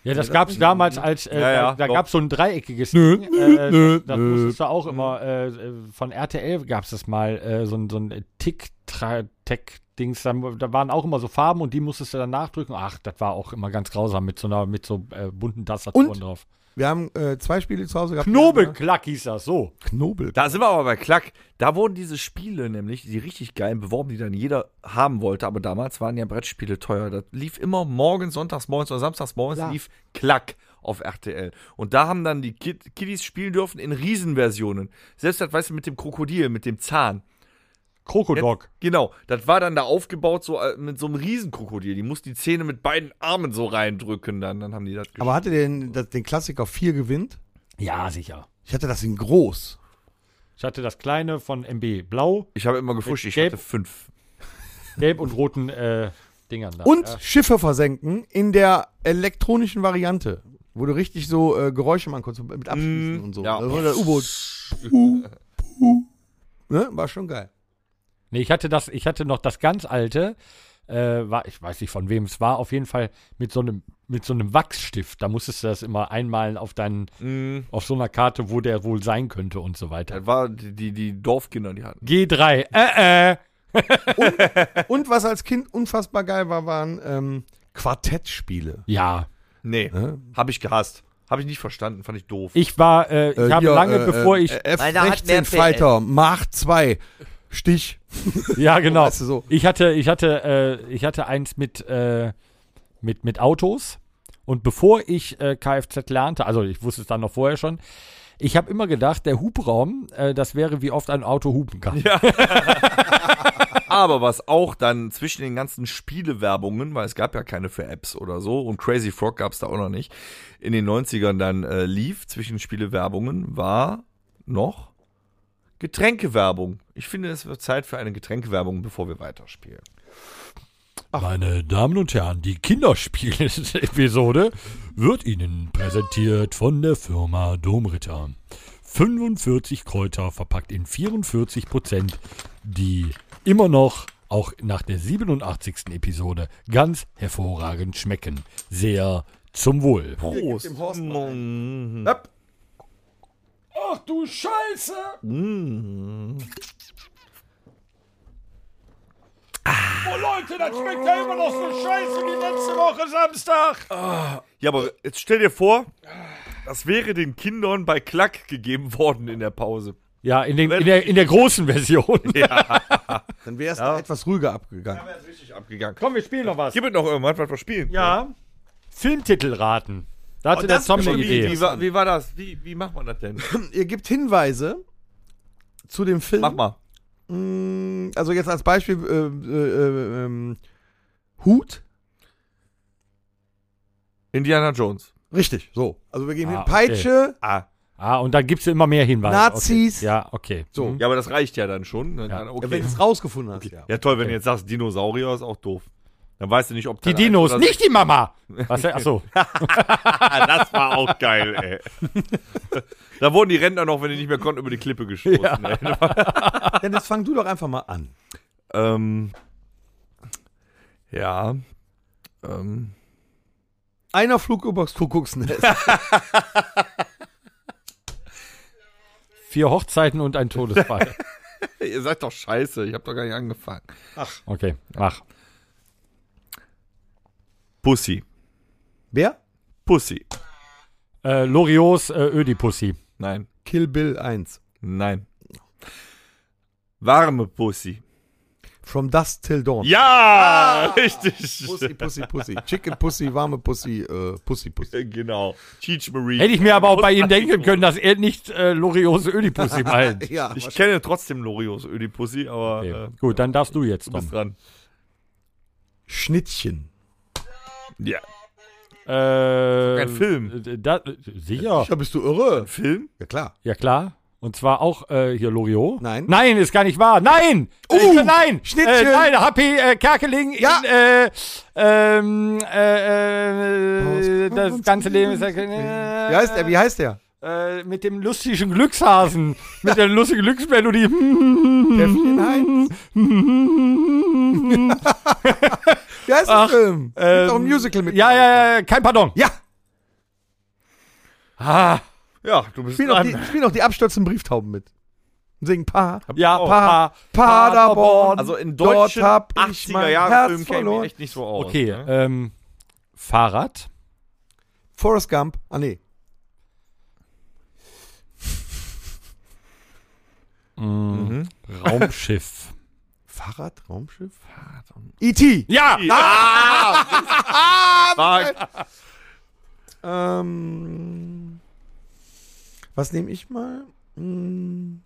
Speaker 4: Ja, das gab es damals als, äh,
Speaker 2: Ja, ja,
Speaker 4: da, da
Speaker 2: doch.
Speaker 4: gab es so ein dreieckiges nö, Ding. äh, das das musstest du auch immer, äh, äh, von RTL gab es das mal, äh, so ein, so ein Tick-Tack-Dings, da, da waren auch immer so Farben und die musstest du dann nachdrücken. Ach, das war auch immer ganz grausam mit so einer, mit so äh, bunten Tastaturen
Speaker 3: Und?
Speaker 4: drauf.
Speaker 3: Wir haben äh, zwei Spiele zu Hause gehabt.
Speaker 4: Knobelklack hieß das, so.
Speaker 3: Knobel.
Speaker 2: Da sind wir aber bei Klack. Da wurden diese Spiele nämlich, die richtig geilen, beworben, die dann jeder haben wollte. Aber damals waren ja Brettspiele teuer. Das lief immer morgens, sonntags morgens oder samstags morgens lief Klack auf RTL. Und da haben dann die Kid Kiddies spielen dürfen in Riesenversionen. Selbst das, weißt du, mit dem Krokodil, mit dem Zahn.
Speaker 4: Krokodok.
Speaker 2: Genau, das war dann da aufgebaut so äh, mit so einem Riesenkrokodil. Die mussten die Zähne mit beiden Armen so reindrücken. Dann, dann haben die das
Speaker 3: Aber hatte den, das- den Klassiker 4 gewinnt?
Speaker 4: Ja, sicher.
Speaker 3: Ich hatte das in groß.
Speaker 4: Ich hatte das kleine von MB Blau,
Speaker 2: Ich habe immer gefuscht, ich
Speaker 4: Gelb-
Speaker 2: hatte fünf.
Speaker 4: gelb und roten äh, Dingern da.
Speaker 3: Und
Speaker 4: Ja.
Speaker 3: Schiffe versenken in der elektronischen Variante. Wo du richtig so äh, Geräusche machen konntest, mit Abschießen und so.
Speaker 2: ja.
Speaker 3: Das war der U-Boot. Puh, puh. Ne? War schon geil.
Speaker 4: Nee, ich hatte das, ich hatte noch das ganz alte, äh, war, ich weiß nicht von wem es war, auf jeden Fall mit so einem, mit so einem Wachsstift. Da musstest du das immer einmalen auf deinen, auf so einer Karte, wo der wohl sein könnte und so weiter.
Speaker 2: Das war die, die, die Dorfkinder, die hatten.
Speaker 4: G3, äh, äh.
Speaker 3: Und was als Kind unfassbar geil war, waren ähm, Quartettspiele.
Speaker 4: Ja.
Speaker 2: Nee, habe ich gehasst. Habe ich nicht verstanden, fand ich doof.
Speaker 4: Ich war, äh, ich habe lange bevor ich,
Speaker 7: Meiner hat mehr
Speaker 3: F16 äh, Fighter, Mach 2, Stich.
Speaker 4: ja genau,
Speaker 3: Weißt du, so.
Speaker 4: ich hatte, ich hatte, äh, ich hatte eins mit, äh, mit, mit Autos. Und bevor ich äh, Kfz lernte, also ich wusste es dann noch vorher schon, ich habe immer gedacht, der Hubraum, äh, das wäre wie oft ein Auto hupen kann.
Speaker 2: Aber was auch dann zwischen den ganzen Spielewerbungen, weil es gab ja keine für Apps oder so und Crazy Frog gab es da auch noch nicht, in den 90ern dann äh, lief zwischen Spielewerbungen, war noch Getränkewerbung. Ich finde, es wird Zeit für eine Getränkewerbung, bevor wir weiterspielen.
Speaker 4: Meine Damen und Herren, die Kinderspiel-Episode wird Ihnen präsentiert von der Firma Domritter. 45 Kräuter verpackt in 44 Prozent, die immer noch, auch nach der 87. Episode, ganz hervorragend schmecken. Sehr zum Wohl.
Speaker 2: Prost.
Speaker 4: Ach du Scheiße! Oh Leute, das schmeckt ja immer noch so scheiße wie letzte Woche Samstag.
Speaker 2: Ah. Ja, aber jetzt stell dir vor, das wäre den Kindern bei Klack gegeben worden in der Pause.
Speaker 4: Ja, in, den, in, der, in der großen Version.
Speaker 3: Dann wäre es etwas ruhiger abgegangen.
Speaker 2: Richtig abgegangen.
Speaker 4: Komm, wir spielen noch was.
Speaker 2: Hier wird noch irgendwas, was wir spielen.
Speaker 4: Ja. Filmtitel raten. Da hatte der
Speaker 2: Oh, Das
Speaker 4: Tom
Speaker 2: ist
Speaker 4: eine
Speaker 2: schon- wie,
Speaker 4: Idee.
Speaker 2: wie, war, wie war das? Wie, wie macht man das denn?
Speaker 3: Ihr gebt Hinweise zu dem Film.
Speaker 2: Mach mal.
Speaker 3: Mm, Also jetzt als Beispiel äh, äh, äh, ähm, Hut.
Speaker 2: Indiana Jones.
Speaker 3: Richtig, so. Also wir gehen
Speaker 4: Ah,
Speaker 3: hin. Peitsche,
Speaker 2: Ah.
Speaker 4: Ah, und dann gibst du immer mehr Hinweise.
Speaker 3: Nazis.
Speaker 4: Okay. Ja, okay.
Speaker 3: So.
Speaker 4: Mhm.
Speaker 2: Ja, aber das reicht ja dann schon. ne? Dann
Speaker 4: Ja.
Speaker 2: kann-
Speaker 3: ja, wenn
Speaker 2: okay.
Speaker 3: du es rausgefunden hast. Ja.
Speaker 2: ja, toll, wenn
Speaker 4: Okay.
Speaker 2: du jetzt sagst, Dinosaurier ist auch doof. Dann weißt du nicht, ob
Speaker 4: Die
Speaker 2: dein
Speaker 4: Dinos,
Speaker 2: Eins-
Speaker 4: nicht die Mama. Was, achso.
Speaker 2: Ah, das war auch geil, ey. da wurden die Rentner noch, wenn die nicht mehr konnten, über die Klippe gestoßen. ey.
Speaker 3: Dennis, fang du doch einfach mal an.
Speaker 2: ähm, ja. Ähm,
Speaker 3: Einer flog übers Kuckucksnest.
Speaker 4: Vier Hochzeiten und ein Todesfall.
Speaker 2: ihr seid doch scheiße, ich hab doch gar nicht angefangen.
Speaker 4: Okay, mach.
Speaker 2: Pussy.
Speaker 3: Wer?
Speaker 2: Pussy.
Speaker 4: Äh, Lorios äh, Ödipussy.
Speaker 2: Nein.
Speaker 3: Kill Bill 1.
Speaker 2: Nein. Warme Pussy.
Speaker 3: From Dusk Till Dawn.
Speaker 2: Ja, richtig.
Speaker 3: Pussy, Pussy, Pussy. Chicken Pussy, warme Pussy, äh, Pussy, Pussy.
Speaker 2: Genau. Teach Marie.
Speaker 4: Hätte ich mir aber auch bei ihm denken können, dass er nicht äh, Loriose Ödipussy meint.
Speaker 3: Ja,
Speaker 2: Ich kenne trotzdem Lorios Ödipussy, aber äh,
Speaker 4: Okay.
Speaker 2: du
Speaker 4: Gut, dann darfst du jetzt, Tom.
Speaker 2: bist dran.
Speaker 3: Schnittchen.
Speaker 2: Ja.
Speaker 4: Äh,
Speaker 2: Ein Film.
Speaker 4: d- Da, sicher.
Speaker 3: Ja, bist du irre?
Speaker 2: Film?
Speaker 3: Ja, klar.
Speaker 4: Ja, klar. Und zwar auch äh, hier Loriot.
Speaker 3: Nein.
Speaker 4: Nein, ist gar nicht wahr. Nein!
Speaker 3: Uh,
Speaker 4: Äh, nein!
Speaker 3: Schnittchen.
Speaker 4: Äh, nein, HP äh, Kerkeling
Speaker 3: Ja.
Speaker 4: in, äh, ähm, äh, äh, das ganze Leben ist... Äh,
Speaker 3: Wie heißt er? Wie heißt er?
Speaker 4: Äh, mit dem lustigen Glückshasen. Mit der lustigen Glücksmelodie. Hm, Mhm.
Speaker 3: Nein.
Speaker 4: hm,
Speaker 3: Wie heißt der
Speaker 4: Ach,
Speaker 3: Film? Gibt
Speaker 4: ähm,
Speaker 3: auch ein Musical mit.
Speaker 4: Ja, ja, ja, kein Pardon.
Speaker 3: Ja,
Speaker 4: Ah,
Speaker 2: Ja, du bist
Speaker 3: spielen auch, die, spielen auch die abstürzenden Brieftauben mit. Und singen Pa.
Speaker 4: ja,
Speaker 2: Oh.
Speaker 4: pa,
Speaker 3: Paderborn.
Speaker 2: Also in
Speaker 3: Dort
Speaker 2: deutschen
Speaker 3: hab ich mein
Speaker 2: 80er Jahre
Speaker 3: Herz
Speaker 2: Film käme ich
Speaker 3: verloren.
Speaker 2: mir echt nicht so aus.
Speaker 4: Okay,
Speaker 2: Ne?
Speaker 4: ähm, Fahrrad.
Speaker 3: Forrest Gump. Ah, nee.
Speaker 4: Raumschiff.
Speaker 3: Fahrrad, Raumschiff? E.T.
Speaker 4: ja! Ah!
Speaker 2: War,
Speaker 3: Ähm, was nehme ich mal? Hm.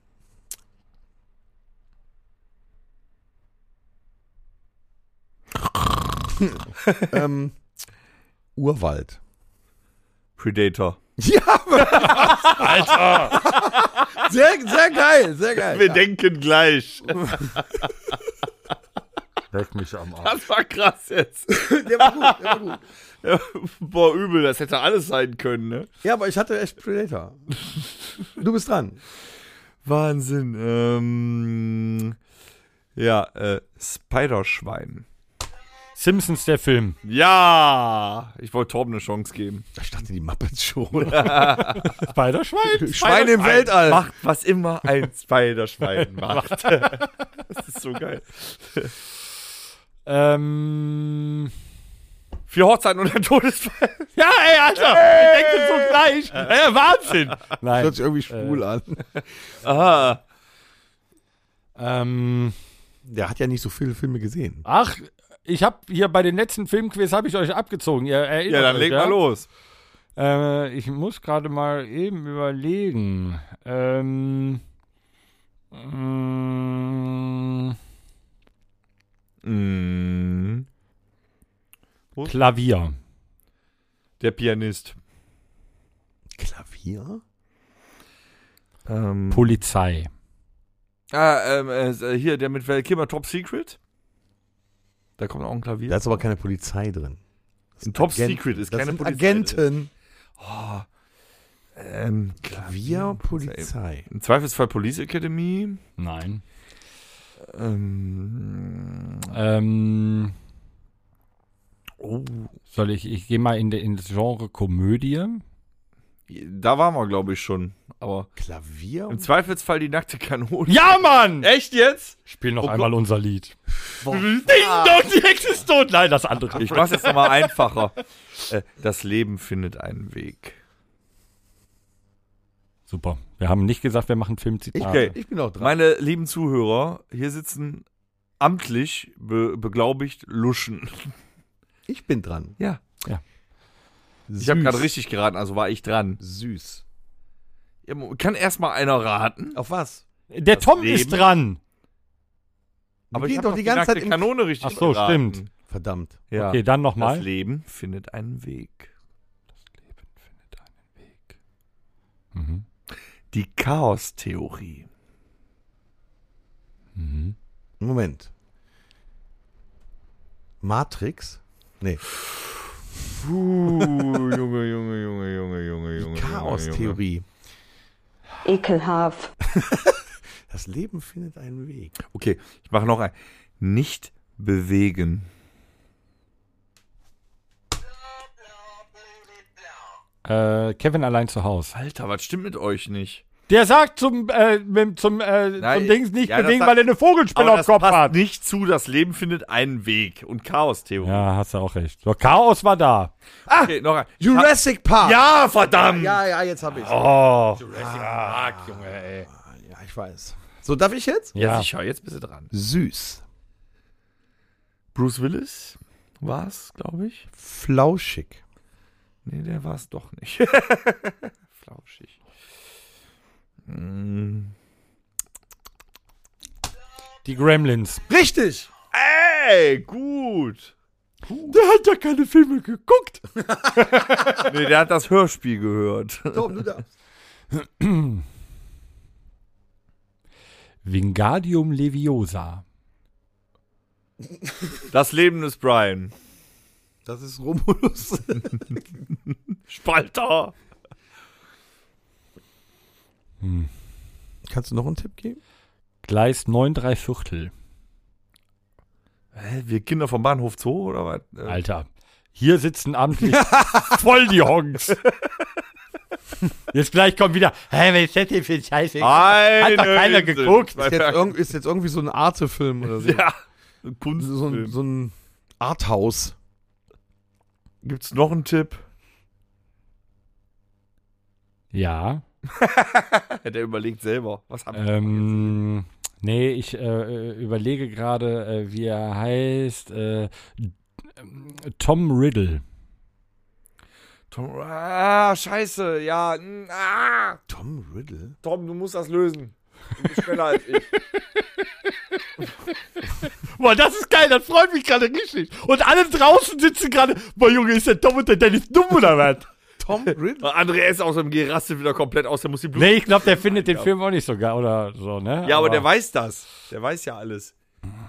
Speaker 3: ähm, Urwald.
Speaker 2: Predator.
Speaker 3: Ja, Alter! Sehr, sehr geil, sehr geil.
Speaker 2: Wir denken gleich.
Speaker 4: Leck mich am Arsch.
Speaker 2: Das war krass jetzt.
Speaker 3: Der war gut, der war gut.
Speaker 2: Ja, Boah, übel, das hätte alles sein können, ne?
Speaker 3: Ja, aber ich hatte echt Predator. Du bist dran.
Speaker 2: Wahnsinn. Ähm, ja, äh, Spiderschwein.
Speaker 4: Simpsons, der Film.
Speaker 2: Ja, ich wollte Torben eine Chance geben.
Speaker 3: Ich dachte, die Muppets schon.
Speaker 4: Spider-Schwein.
Speaker 3: Schweine im Weltall.
Speaker 2: Macht, was immer ein Spiderschwein macht. das ist so geil.
Speaker 4: Ähm,
Speaker 2: Vier Hochzeiten und ein Todesfall.
Speaker 4: ja, ey, Alter, ich denke so gleich. Ey, Wahnsinn.
Speaker 3: Das
Speaker 4: Nein.
Speaker 3: hört sich irgendwie schwul an.
Speaker 2: Aha.
Speaker 4: Ähm,
Speaker 3: Der hat ja nicht so viele Filme gesehen.
Speaker 4: ach, ich habe hier bei den letzten Filmquiz habe ich euch abgezogen. Ihr erinnert
Speaker 2: Ja, dann
Speaker 4: euch,
Speaker 2: leg mal los.
Speaker 4: Äh, ich muss gerade mal eben überlegen. Ähm, mm,
Speaker 2: Mm,
Speaker 4: Klavier.
Speaker 2: der Pianist.
Speaker 3: Klavier?
Speaker 2: Ähm,
Speaker 4: Polizei.
Speaker 2: ah, ähm, äh, hier, der mit Val Kilmer, Top Secret. Da kommt auch ein Klavier.
Speaker 3: Da ist aber keine Polizei drin. Das
Speaker 2: Ein
Speaker 3: sind
Speaker 2: Top
Speaker 3: Agenten.
Speaker 2: Secret ist
Speaker 3: das
Speaker 2: keine
Speaker 3: sind
Speaker 2: Polizei
Speaker 3: Agenten.
Speaker 2: Ähm,
Speaker 3: Klavier, Polizei.
Speaker 2: Im Zweifelsfall Police Academy.
Speaker 4: Nein.
Speaker 2: Ähm,
Speaker 4: Ähm,
Speaker 2: oh,
Speaker 4: soll ich, ich gehe mal in, de, in das Genre Komödie.
Speaker 2: da waren wir, glaube ich, schon. Aber
Speaker 3: Klavier?
Speaker 2: im Zweifelsfall die nackte Kanone.
Speaker 4: Ja, Mann!
Speaker 2: Echt jetzt?
Speaker 4: Spiel noch
Speaker 2: Oh
Speaker 4: einmal unser Lied. Ding dong, die Hexe ist tot. Nein, das andere.
Speaker 2: Ich mach's jetzt nochmal einfacher. Äh, das Leben findet einen Weg.
Speaker 4: Super. Wir haben nicht gesagt, wir machen Filmzitate.
Speaker 2: Okay.
Speaker 3: Ich bin auch dran.
Speaker 2: Meine lieben Zuhörer, hier sitzen amtlich be beglaubigt Luschen.
Speaker 3: Ich bin dran.
Speaker 2: Ja.
Speaker 3: Süß.
Speaker 2: Ich habe gerade richtig geraten, also war ich dran.
Speaker 3: Süß.
Speaker 2: Ja, mo- Kann erstmal einer raten.
Speaker 3: Auf was?
Speaker 4: Der
Speaker 2: Das
Speaker 4: Tom
Speaker 2: Leben.
Speaker 4: ist dran.
Speaker 3: Wir
Speaker 2: Aber ich
Speaker 3: gehen
Speaker 2: hab
Speaker 3: doch die ganze
Speaker 2: nackte
Speaker 3: Zeit in-
Speaker 2: Kanone richtig
Speaker 4: Ach so,
Speaker 2: geraten.
Speaker 4: stimmt.
Speaker 3: Verdammt.
Speaker 2: Ja.
Speaker 4: Okay, dann
Speaker 2: Das
Speaker 4: nochmal.
Speaker 2: Leben findet einen Weg. Das Leben findet einen Weg.
Speaker 4: Mhm.
Speaker 2: Die Chaostheorie.
Speaker 4: Mhm.
Speaker 3: Moment. Matrix? Nee.
Speaker 2: Puh, Junge, Junge, Junge, Junge, Junge, Junge. Junge.
Speaker 3: Chaostheorie.
Speaker 8: Ekelhaft.
Speaker 3: Das Leben findet einen Weg.
Speaker 2: Okay, ich mache noch ein. Nicht bewegen.
Speaker 4: Äh, Kevin allein zu Hause.
Speaker 2: Alter, was stimmt mit euch nicht?
Speaker 4: Der sagt zum, äh, mit- zum, äh,
Speaker 2: Nein,
Speaker 4: zum Dings nicht
Speaker 2: ja, das
Speaker 4: bewegen,
Speaker 2: sagt-
Speaker 4: weil er eine Vogelspinne
Speaker 2: Aber
Speaker 4: auf
Speaker 2: das
Speaker 4: Kopf
Speaker 2: passt
Speaker 4: hat.
Speaker 2: nicht zu, das Leben findet einen Weg. Und Chaostheorie.
Speaker 4: Ja, hast du auch recht. So, Chaos war da.
Speaker 2: Okay, noch ein.
Speaker 3: Jurassic Park!
Speaker 2: Ja, verdammt!
Speaker 3: ja, ja, jetzt habe ich
Speaker 2: Oh.
Speaker 3: Ja, ich weiß. So, darf ich jetzt?
Speaker 2: Ja, sicher, jetzt bist du dran.
Speaker 3: Süß.
Speaker 2: Bruce Willis war es, glaube ich.
Speaker 9: Flauschig.
Speaker 2: Nee, der war es doch nicht. Flauschig. Mm.
Speaker 4: Die Gremlins.
Speaker 9: Richtig!
Speaker 2: Ey, gut.
Speaker 4: Der hat ja keine Filme geguckt.
Speaker 2: Nee, der hat das Hörspiel gehört.
Speaker 9: Tom, du darfst.
Speaker 4: Wingardium Leviosa.
Speaker 2: Das Leben des Brian.
Speaker 9: Das ist Romulus.
Speaker 2: Spalter.
Speaker 9: Kannst du noch einen Tipp geben?
Speaker 4: Gleis 9 3 Viertel.
Speaker 2: Hä, wir Kinder vom Bahnhof Zoo oder was? Äh,
Speaker 4: Alter. Hier sitzen amtlich voll die Honks. Jetzt gleich kommt wieder, hey, was ist das denn für ein Scheiße?
Speaker 2: Eine
Speaker 4: Hat doch keiner
Speaker 2: Insel.
Speaker 4: geguckt.
Speaker 9: Ist jetzt, irgend- ist jetzt irgendwie so ein Arte-Film oder so.
Speaker 2: Ja. Kunst.
Speaker 9: So, ein, so ein Arthouse.
Speaker 2: Gibt's noch einen Tipp?
Speaker 4: Ja.
Speaker 2: Der überlegt selber. Was haben wir?
Speaker 4: Ähm, nee, ich äh, überlege gerade, äh, wie er heißt. Äh, Tom Riddle.
Speaker 2: Tom, ah, scheiße, ja. mm, Ah,
Speaker 9: Tom Riddle?
Speaker 2: Tom, du musst das lösen. Du bist schneller als ich.
Speaker 4: Boah, das ist geil, das freut mich gerade richtig. Und alle draußen sitzen gerade, boah Junge, ist der Tom und der Dennis dumm oder was?
Speaker 9: Tom Riddle?
Speaker 2: André ist aus dem Gerastet wieder komplett aus, der muss die Blut.
Speaker 4: Nee, ich glaube, der findet den Film auch nicht so geil oder so, ne?
Speaker 2: Ja, aber der weiß das. Der weiß ja alles.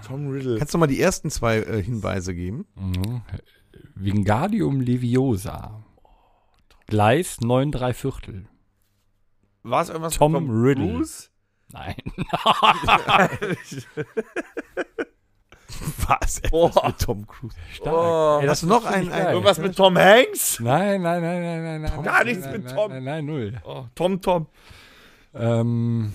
Speaker 2: Tom Riddle.
Speaker 9: Kannst du mal die ersten zwei äh, Hinweise geben?
Speaker 4: Wingardium Leviosa. Gleis 9 3 Viertel.
Speaker 2: War es irgendwas
Speaker 4: Tom
Speaker 2: mit
Speaker 4: Riddle.
Speaker 2: Cruise?
Speaker 4: Nein.
Speaker 9: Was?
Speaker 2: Boah.
Speaker 9: Tom Cruise.
Speaker 2: Oh.
Speaker 4: Ey,
Speaker 9: Hast du noch
Speaker 4: ist
Speaker 9: einen-
Speaker 4: richtig geil.
Speaker 9: einen-
Speaker 2: Irgendwas mit Tom Hanks?
Speaker 4: Nein, nein, nein, nein, nein, nein.
Speaker 2: Gar
Speaker 4: nein,
Speaker 2: nichts
Speaker 4: nein,
Speaker 2: mit
Speaker 4: nein,
Speaker 2: Tom.
Speaker 4: Nein, nein, null.
Speaker 2: Oh, Tom, Tom.
Speaker 4: Ähm. mm,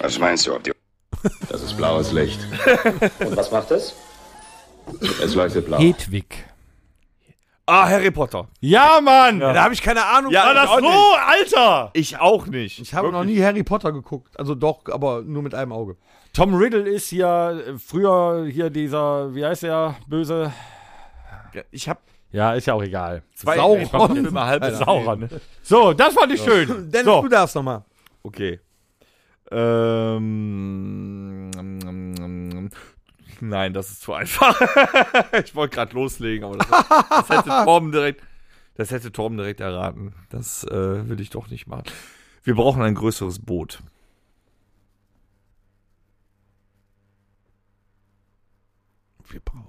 Speaker 8: Was meinst du, ob die... Das ist blaues Licht.
Speaker 10: Und was macht es?
Speaker 8: Es leuchtet blau.
Speaker 4: Hedwig.
Speaker 2: Ah, Harry Potter.
Speaker 4: Ja, Mann! Oh,
Speaker 9: Da habe ich keine Ahnung. Ah,
Speaker 2: Ja,
Speaker 9: von.
Speaker 2: das auch nicht.
Speaker 4: Alter!
Speaker 2: Ich auch nicht.
Speaker 9: ich habe noch nie Harry Potter geguckt. Also doch, aber nur mit einem Auge.
Speaker 4: Tom Riddle ist hier äh, früher hier dieser, wie heißt er, böse?
Speaker 2: Ich habe
Speaker 4: Ja, ist ja auch egal.
Speaker 2: zwei
Speaker 9: Sauron.
Speaker 2: Ich hab immer halb
Speaker 9: Alter.
Speaker 2: ne?
Speaker 4: Sauron. So, das fand ich schön.
Speaker 9: Dennis,
Speaker 4: So.
Speaker 9: du darfst nochmal.
Speaker 2: Okay. Ähm, ähm, ähm, nein, das ist zu einfach. ich wollte gerade loslegen, aber das, das hätte Torben direkt. Das hätte Torben direkt erraten. Das äh, will ich doch nicht machen. Wir brauchen ein größeres Boot.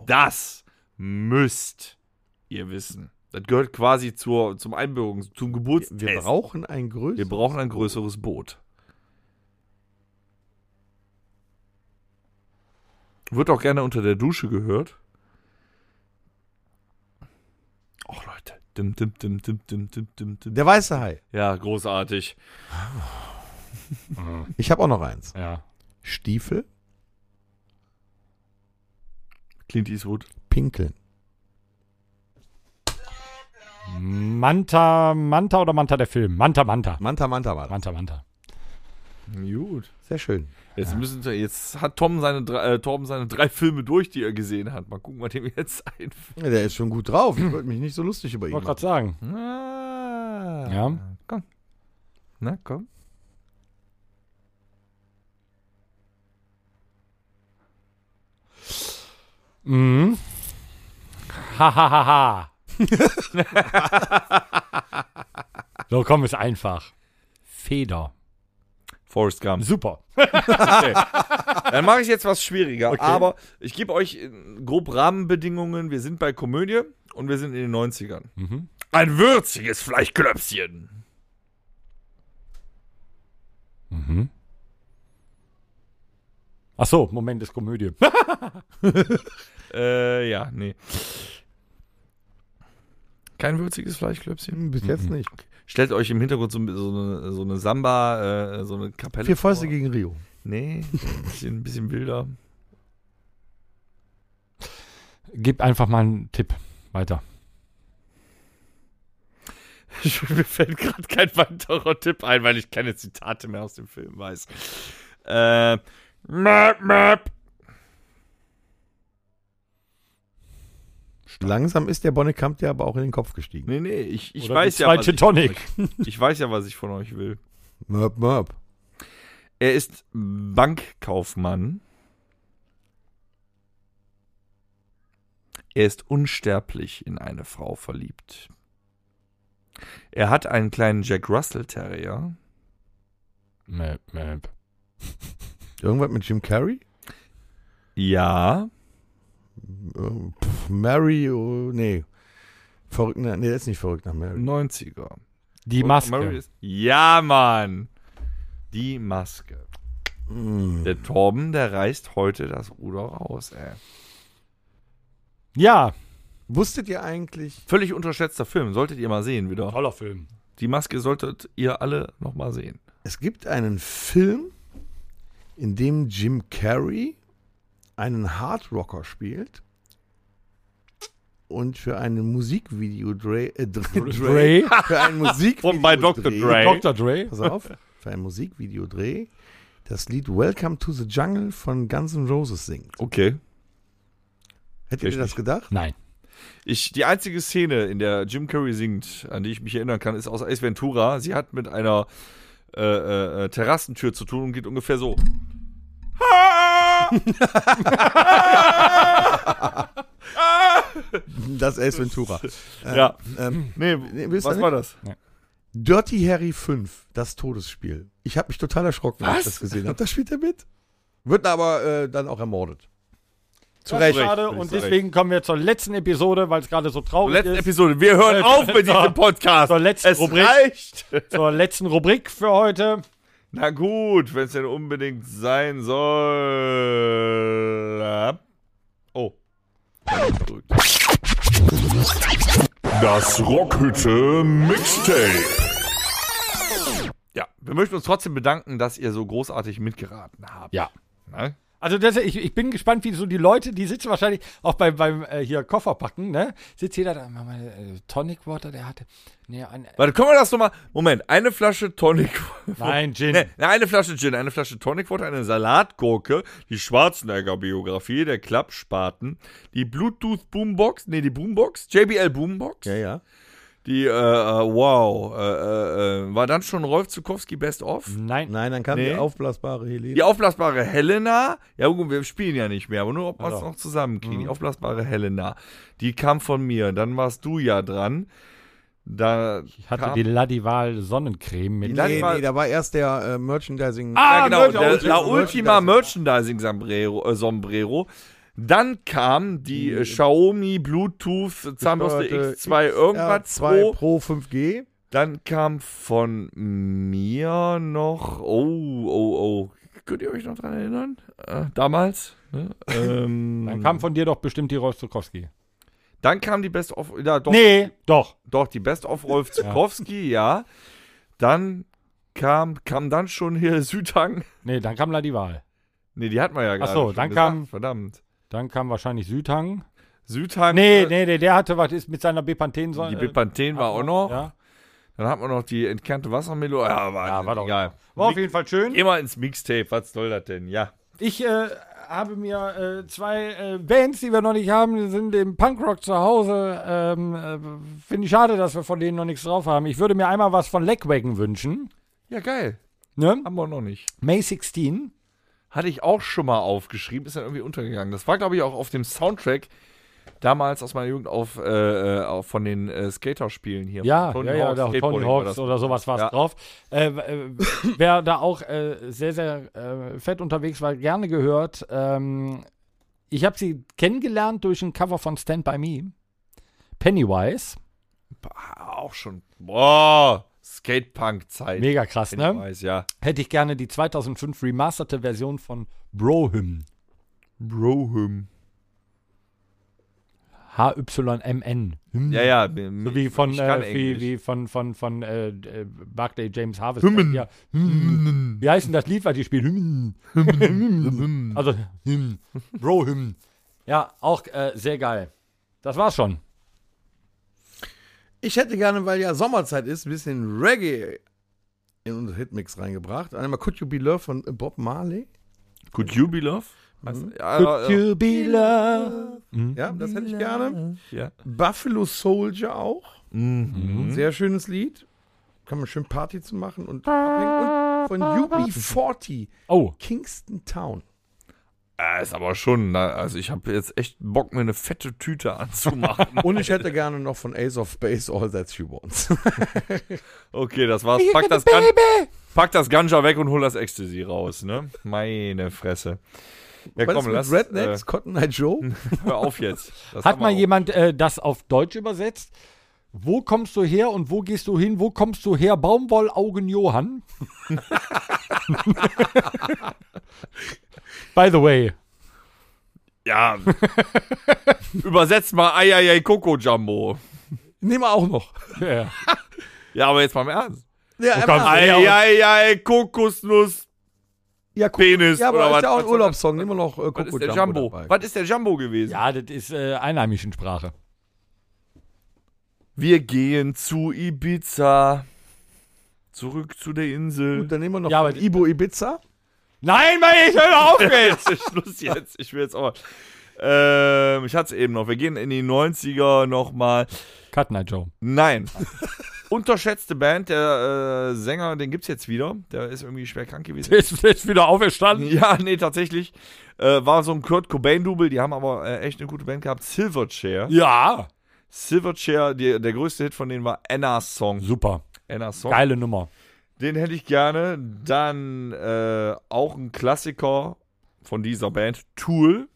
Speaker 2: Das müsst ihr wissen. Das gehört quasi zur, zum Einbürgerungs-, zum Geburtstag.
Speaker 9: Wir brauchen ein größeres.
Speaker 2: Wir brauchen ein größeres Boot. Wird auch gerne unter der Dusche gehört. Och, Leute. Dim, dim, dim, dim, dim, dim, dim, dim.
Speaker 9: Der weiße Hai.
Speaker 2: Ja, großartig.
Speaker 9: Ich habe auch noch eins.
Speaker 4: Ja.
Speaker 9: Stiefel
Speaker 2: Clint Eastwood.
Speaker 9: pinkeln.
Speaker 4: Manta, Manta oder Manta der Film? Manta, Manta.
Speaker 9: Manta, Manta war das.
Speaker 4: Manta, Manta.
Speaker 2: Gut.
Speaker 9: Sehr schön.
Speaker 2: Jetzt, müssen, wir- jetzt hat Tom seine, drei- äh, Torben seine drei Filme durch, die er gesehen hat. Mal gucken, was dem jetzt einfällt.
Speaker 9: Ja, der ist schon gut drauf. Ich wollte mich nicht so lustig über
Speaker 4: Ich
Speaker 9: ihn
Speaker 4: wollte
Speaker 9: machen.
Speaker 4: gerade sagen. Ja.
Speaker 2: Komm. Na, komm.
Speaker 4: Mhm. Hahaha. so, komm, ist einfach. Feder.
Speaker 2: Forrest Gump.
Speaker 4: Super.
Speaker 2: Dann mache ich jetzt was schwieriger. Aber ich gebe euch äh, grob Rahmenbedingungen. Wir sind bei Komödie und wir sind in den 90ern.
Speaker 4: Mhm.
Speaker 2: Ein würziges Fleischklöpfchen.
Speaker 4: Mhm. Ach so, Moment, ist Komödie.
Speaker 2: Äh, ja, nee. Kein würziges Fleischklöpfchen.
Speaker 9: Hm, Bis jetzt nicht.
Speaker 2: Stellt euch im Hintergrund so, so, eine, so eine Samba, äh, so eine Kapelle.
Speaker 9: Vier Fäuste
Speaker 2: vor.
Speaker 9: gegen Rio.
Speaker 2: Nee, ein bisschen, ein bisschen wilder.
Speaker 4: Gib einfach mal einen Tipp weiter.
Speaker 2: Mir fällt gerade kein weiterer Tipp ein, weil ich keine Zitate mehr aus dem Film weiß. Äh, Map, map.
Speaker 3: Langsam ist der Bonnekamp dir aber auch in den Kopf gestiegen.
Speaker 2: Nee, nee, ich, ich
Speaker 4: Oder
Speaker 2: weiß
Speaker 4: die
Speaker 2: ja, was
Speaker 4: zweite
Speaker 2: ich,
Speaker 4: Tonic.
Speaker 2: ich weiß ja, was ich von euch will.
Speaker 3: Möp, möp.
Speaker 2: Er ist Bankkaufmann. Er ist unsterblich in eine Frau verliebt. Er hat einen kleinen Jack Russell Terrier.
Speaker 4: Mäp, mäp.
Speaker 3: Irgendwas mit Jim Carrey?
Speaker 2: Ja,
Speaker 3: Äh, Pff, Mary, oh, nee. Verrückt nach, nee, der ist nicht verrückt nach Mary.
Speaker 2: 90er.
Speaker 4: Die
Speaker 2: Und Murray
Speaker 4: Maske.
Speaker 2: ist- Ja, Mann. Die Maske.
Speaker 3: Mm.
Speaker 2: Der Torben, der reißt heute das Ruder raus, ey.
Speaker 4: Ja.
Speaker 3: Wusstet ihr eigentlich,
Speaker 2: Völlig unterschätzter Film, solltet ihr mal sehen wieder.
Speaker 4: Toller Film.
Speaker 2: Die Maske solltet ihr alle nochmal sehen.
Speaker 3: es gibt einen Film, in dem Jim Carrey einen Hardrocker spielt und für ein Musikvideo Dre, äh, Dre, Dre,
Speaker 4: Dre.
Speaker 3: für ein Musikvideo
Speaker 2: Von bei Dr.
Speaker 3: Dre.
Speaker 2: Dre.
Speaker 4: Dr. Dre.
Speaker 3: Pass auf, für ein Musikvideo Dreh das Lied Welcome to the Jungle von Guns N' Roses singt.
Speaker 2: Okay.
Speaker 3: Hättet ihr das gedacht?
Speaker 4: Nein.
Speaker 2: Ich, die einzige Szene, in der Jim Carrey singt, an die ich mich erinnern kann, ist aus Ace Ventura. Sie hat mit einer äh, äh, äh, Terrassentür zu tun und geht ungefähr so.
Speaker 3: Das Ace Ventura.
Speaker 2: Ja.
Speaker 3: ähm,
Speaker 2: Nee,
Speaker 3: nee, wisst ihr
Speaker 2: was
Speaker 3: nicht?
Speaker 2: war das?
Speaker 3: Dirty Harry 5, das Todesspiel. Ich habe mich total erschrocken, als ich das gesehen habe. Da spielt er mit. Wird aber äh, dann auch ermordet.
Speaker 4: Zu
Speaker 2: Recht.
Speaker 4: Schade.
Speaker 2: Würde ich
Speaker 4: Und
Speaker 2: sagen.
Speaker 4: deswegen kommen wir zur letzten Episode, weil es gerade so traurig
Speaker 2: Letzte
Speaker 4: ist.
Speaker 2: Episode. Wir hören auf mit diesem Podcast.
Speaker 4: Zur letzten
Speaker 2: es
Speaker 4: Rubrik.
Speaker 2: reicht.
Speaker 4: zur letzten Rubrik für heute.
Speaker 2: Na gut, wenn es denn unbedingt sein soll. Oh.
Speaker 11: Das Rockhütte Mixtape.
Speaker 2: Ja, wir möchten uns trotzdem bedanken, dass ihr so großartig mitgeraten habt.
Speaker 4: Ja.
Speaker 2: Ne?
Speaker 4: Also das, ich, ich bin gespannt, wie so die Leute, die sitzen wahrscheinlich auch beim, beim äh, hier Kofferpacken, ne? Sitzt jeder da, "Mach mal, äh, Tonic Water, der hatte. ne, Nee, ein,
Speaker 2: Warte, können wir das nochmal? Moment, eine Flasche Tonic.
Speaker 4: nein, Gin.
Speaker 2: Ne, ne, eine Flasche Gin, eine Flasche Tonic Water, eine Salatgurke, die Schwarzenegger-Biografie, der Klappspaten, die Bluetooth-Boombox, nee, die Boombox, JBL-Boombox,
Speaker 3: ja.
Speaker 2: die, äh, äh, wow, äh, äh, äh, war dann schon Rolf Zukowski Best Of?
Speaker 4: Nein.
Speaker 3: Nein, dann kam
Speaker 2: Nee.
Speaker 3: die aufblasbare Helene.
Speaker 2: Die aufblasbare Helena, ja gut, wir spielen ja nicht mehr, aber nur ob wir es noch zusammenkriegen. Die aufblasbare Helena, die kam von mir, dann warst du ja dran. Da
Speaker 4: Ich hatte
Speaker 2: kam,
Speaker 4: die Ladival Sonnencreme mit.
Speaker 2: Die
Speaker 3: Nee,
Speaker 2: war-
Speaker 3: nee, da war erst der äh, Merchandising.
Speaker 4: Ah,
Speaker 2: ja, genau,
Speaker 4: Merch-
Speaker 2: der La Ultima
Speaker 3: Merchandising.
Speaker 2: Merchandising Sombrero. Äh, Sombrero. Dann kam die äh, Xiaomi Bluetooth Zahnbürste
Speaker 3: Gesteuerte
Speaker 2: X2 irgendwas
Speaker 3: 2
Speaker 2: Pro.
Speaker 3: Pro 5G.
Speaker 2: Dann kam von mir noch, oh, oh, oh, könnt ihr euch noch dran erinnern? Äh, damals? Ne? ähm,
Speaker 4: Dann kam von dir doch bestimmt die Rolf Zukowski.
Speaker 2: Dann kam die Best of, ja, doch,
Speaker 4: Nee, doch.
Speaker 2: doch die Best of Rolf Zukowski, ja. Dann kam, kam dann schon hier Südhang.
Speaker 4: Nee, dann kam Ladival.
Speaker 2: Nee, die hatten wir ja gerade.
Speaker 4: so,
Speaker 2: schon
Speaker 4: dann
Speaker 2: gesagt,
Speaker 4: kam-
Speaker 2: verdammt.
Speaker 4: Dann kam wahrscheinlich Südhang.
Speaker 2: Südhang.
Speaker 4: Nee,
Speaker 2: äh,
Speaker 4: nee, nee, der hatte was ist mit seiner Bepanthen-Sonne.
Speaker 2: Die Bepanthen war auch noch.
Speaker 4: Äh, Ja.
Speaker 2: Dann hat man noch die entkernte Wassermelone. Ja, war,
Speaker 4: Ja, war doch-
Speaker 2: egal.
Speaker 4: War auf jeden Fall schön.
Speaker 2: Immer ins Mixtape, was soll das denn? Ja.
Speaker 4: Ich äh, habe mir äh, zwei äh, Bands, die wir noch nicht haben, die sind im Punkrock zu Hause. Ähm, äh, Finde ich schade, dass wir von denen noch nichts drauf haben. Ich würde mir einmal was von Legwagon wünschen.
Speaker 2: Ja, geil.
Speaker 4: Ne?
Speaker 2: Haben wir noch nicht.
Speaker 4: May 16.
Speaker 2: Hatte ich auch schon mal aufgeschrieben, ist dann irgendwie untergegangen. Das war, glaube ich, auch auf dem Soundtrack damals aus meiner Jugend auf, äh, äh, auf von den äh, Skaterspielen hier.
Speaker 4: Ja,
Speaker 2: Tony
Speaker 4: ja, ja,
Speaker 2: Hawk's
Speaker 4: da- Tony
Speaker 2: Skateboarding war das.
Speaker 4: Hawks oder sowas war es
Speaker 2: Ja.
Speaker 4: drauf. Äh, äh, wer da auch äh, sehr, sehr äh, fett unterwegs war, gerne gehört. Ähm, ich habe sie kennengelernt durch ein Cover von Stand By Me. Pennywise.
Speaker 2: Auch schon. Boah, Skatepunk-Zeit.
Speaker 4: Mega krass, ne?
Speaker 2: Weiß, ja.
Speaker 4: hätte ich gerne die 2005 remasterte Version von Brohym.
Speaker 2: Brohim.
Speaker 4: H-Y-M-N. Hymn.
Speaker 2: Ja, ja.
Speaker 4: So wie von,
Speaker 2: ich kann
Speaker 4: äh, wie,
Speaker 2: Englisch.
Speaker 4: wie von, von, von äh, äh, Barclay James Harvest. Ja. Hymn. Wie heißt denn das Lied, was die spielen? Hymn. Hymn. Also, Hymn. Brohym. Ja, auch äh, sehr geil. Das war's schon.
Speaker 3: Ich hätte gerne, weil ja Sommerzeit ist, ein bisschen Reggae in unseren Hitmix reingebracht. Einmal Could You Be Love von Bob äh, Marley.
Speaker 2: Could you be love? Heißt- ja,
Speaker 4: Could
Speaker 2: äh,
Speaker 4: you be loved?
Speaker 3: Ja, das hätte ich gerne.
Speaker 2: Mhm. ja.
Speaker 3: Buffalo Soldier auch.
Speaker 2: Mhm.
Speaker 3: Sehr schönes Lied. Kann man schön Party zu machen und, abhängen. und von UB40
Speaker 4: Oh,
Speaker 3: Kingston Town.
Speaker 2: Äh, ist aber schon, na, also ich habe jetzt echt Bock, mir eine fette Tüte anzumachen.
Speaker 3: Und ich hätte gerne noch von Ace of Base All That She Wants.
Speaker 2: okay, das war's. Pack das, Gan pack das Ganja weg und hol das Ecstasy raus, ne? Meine Fresse. Ja,
Speaker 3: Was ist
Speaker 2: komm,
Speaker 3: mit
Speaker 2: lass.
Speaker 3: Rednecks, Cotton Eye Joe.
Speaker 2: Äh, hör auf jetzt. Das
Speaker 4: hat
Speaker 2: haben wir
Speaker 4: mal
Speaker 2: auch.
Speaker 4: jemand äh, das auf Deutsch übersetzt? Wo kommst du her und wo gehst du hin? Wo kommst du her? Baumwollaugen Johann? By the way,
Speaker 2: Ja. Übersetzt mal Ayayay Coco Jumbo.
Speaker 3: Nehmen wir auch noch.
Speaker 4: ja.
Speaker 2: Ja, aber jetzt mal im Ernst.
Speaker 3: Ja,
Speaker 4: kommst
Speaker 3: Emma.
Speaker 4: du her?
Speaker 2: Ayayay Kokosnuss
Speaker 3: ja, guck,
Speaker 2: Penis
Speaker 3: ja, aber
Speaker 2: oder
Speaker 3: das
Speaker 2: was?
Speaker 3: ist ja auch
Speaker 2: Was
Speaker 3: ein
Speaker 2: ist
Speaker 3: Urlaubssong. Nehmen wir noch äh,
Speaker 2: Was
Speaker 3: Coco
Speaker 2: ist der
Speaker 3: Jumbo
Speaker 2: Jumbo?
Speaker 3: dabei.
Speaker 2: Was ist der Jumbo gewesen?
Speaker 4: ja, das ist äh, einheimischen Sprache.
Speaker 2: Wir gehen zu Ibiza. Zurück zu der Insel.
Speaker 3: Gut, dann nehmen wir noch
Speaker 4: Ja,
Speaker 3: von
Speaker 4: aber-
Speaker 3: Ibo Ibiza.
Speaker 4: Nein, Mann, ich höre auf!
Speaker 2: jetzt. Schluss jetzt. Ich will jetzt auch mal. Ähm, ich hatte es eben noch. Wir gehen in die 90er nochmal.
Speaker 4: Cut Night Joe.
Speaker 2: Nein. Unterschätzte Band. Der äh, Sänger, den gibt's jetzt wieder. Der ist irgendwie schwer krank gewesen.
Speaker 4: Der ist, der ist wieder auferstanden.
Speaker 2: Ja, nee, tatsächlich. Äh, war so ein Kurt Cobain-Double. Die haben aber äh, echt eine gute Band gehabt. Silverchair.
Speaker 4: Ja.
Speaker 2: Silverchair, die, der größte Hit von denen war Anna's Song.
Speaker 4: Super.
Speaker 2: Anna's Song.
Speaker 4: Geile Nummer.
Speaker 2: Den hätte ich gerne. Dann äh, auch ein Klassiker von dieser Band, Tool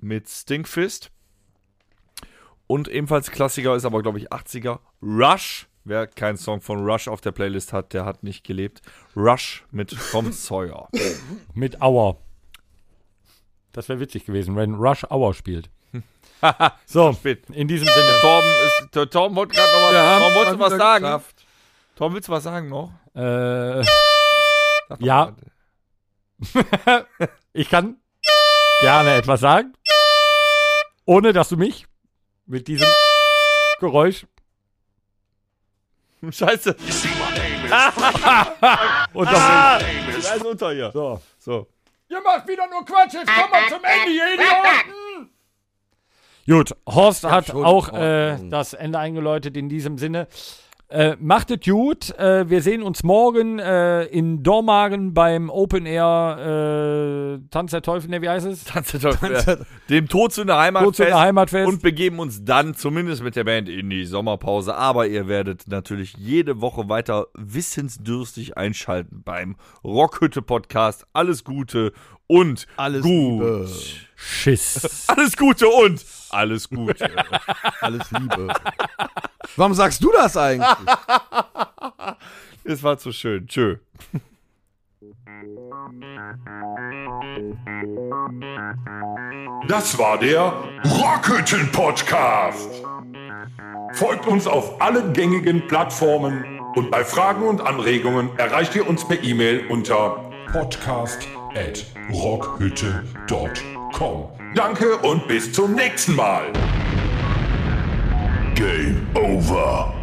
Speaker 2: mit Stinkfist. Und ebenfalls Klassiker ist aber, glaube ich, 80er. Rush. Wer keinen Song von Rush auf der Playlist hat, der hat nicht gelebt. Rush mit Tom Sawyer.
Speaker 4: Mit Hour. Das wäre witzig gewesen, wenn Rush Hour spielt. so,
Speaker 2: spät.
Speaker 4: in diesem Sinne.
Speaker 2: Torben, ist, T- Torben wollte gerade noch was, Torben, wolltest du was
Speaker 3: wieder
Speaker 2: sagen?
Speaker 3: geschafft.
Speaker 2: Torben, willst du was sagen noch?
Speaker 4: Äh,
Speaker 2: Sag doch
Speaker 4: Ja.
Speaker 2: mal.
Speaker 4: ich kann gerne etwas sagen, ohne dass du mich mit diesem Geräusch
Speaker 2: Scheiße.
Speaker 4: unterbrichst.
Speaker 2: Da ist unter hier.
Speaker 4: So.
Speaker 2: So.
Speaker 4: Ihr macht wieder nur Quatsch, jetzt kommt mal zum Ende, ihr Idioten! Gut, Horst hat
Speaker 3: schon
Speaker 4: auch
Speaker 3: in
Speaker 4: äh,
Speaker 3: Ordnung.
Speaker 4: das Ende eingeläutet in diesem Sinne. Äh, macht es gut. Äh, wir sehen uns morgen äh, in Dormagen beim Open Air äh, Tanz der Teufel, ne, wie heißt es?
Speaker 2: Tanz der Teufel. Dem Tod zu einer Heimat
Speaker 4: Kurz in der Heimatfest.
Speaker 2: und begeben uns dann zumindest mit der Band in die Sommerpause. Aber ihr werdet natürlich jede Woche weiter wissensdürstig einschalten beim Rockhütte-Podcast. Alles Gute und
Speaker 3: Alles
Speaker 2: gut.
Speaker 3: Liebe.
Speaker 4: Schiss.
Speaker 2: Alles Gute und alles Gute.
Speaker 3: Alles Liebe. Warum sagst du das eigentlich?
Speaker 2: es war zu schön. Tschö.
Speaker 1: Das war der Rockhütten Podcast. Folgt uns auf allen gängigen Plattformen und bei Fragen und Anregungen erreicht ihr uns per E-Mail unter podcast@rockhütte.com. Danke und bis zum nächsten Mal. Game over.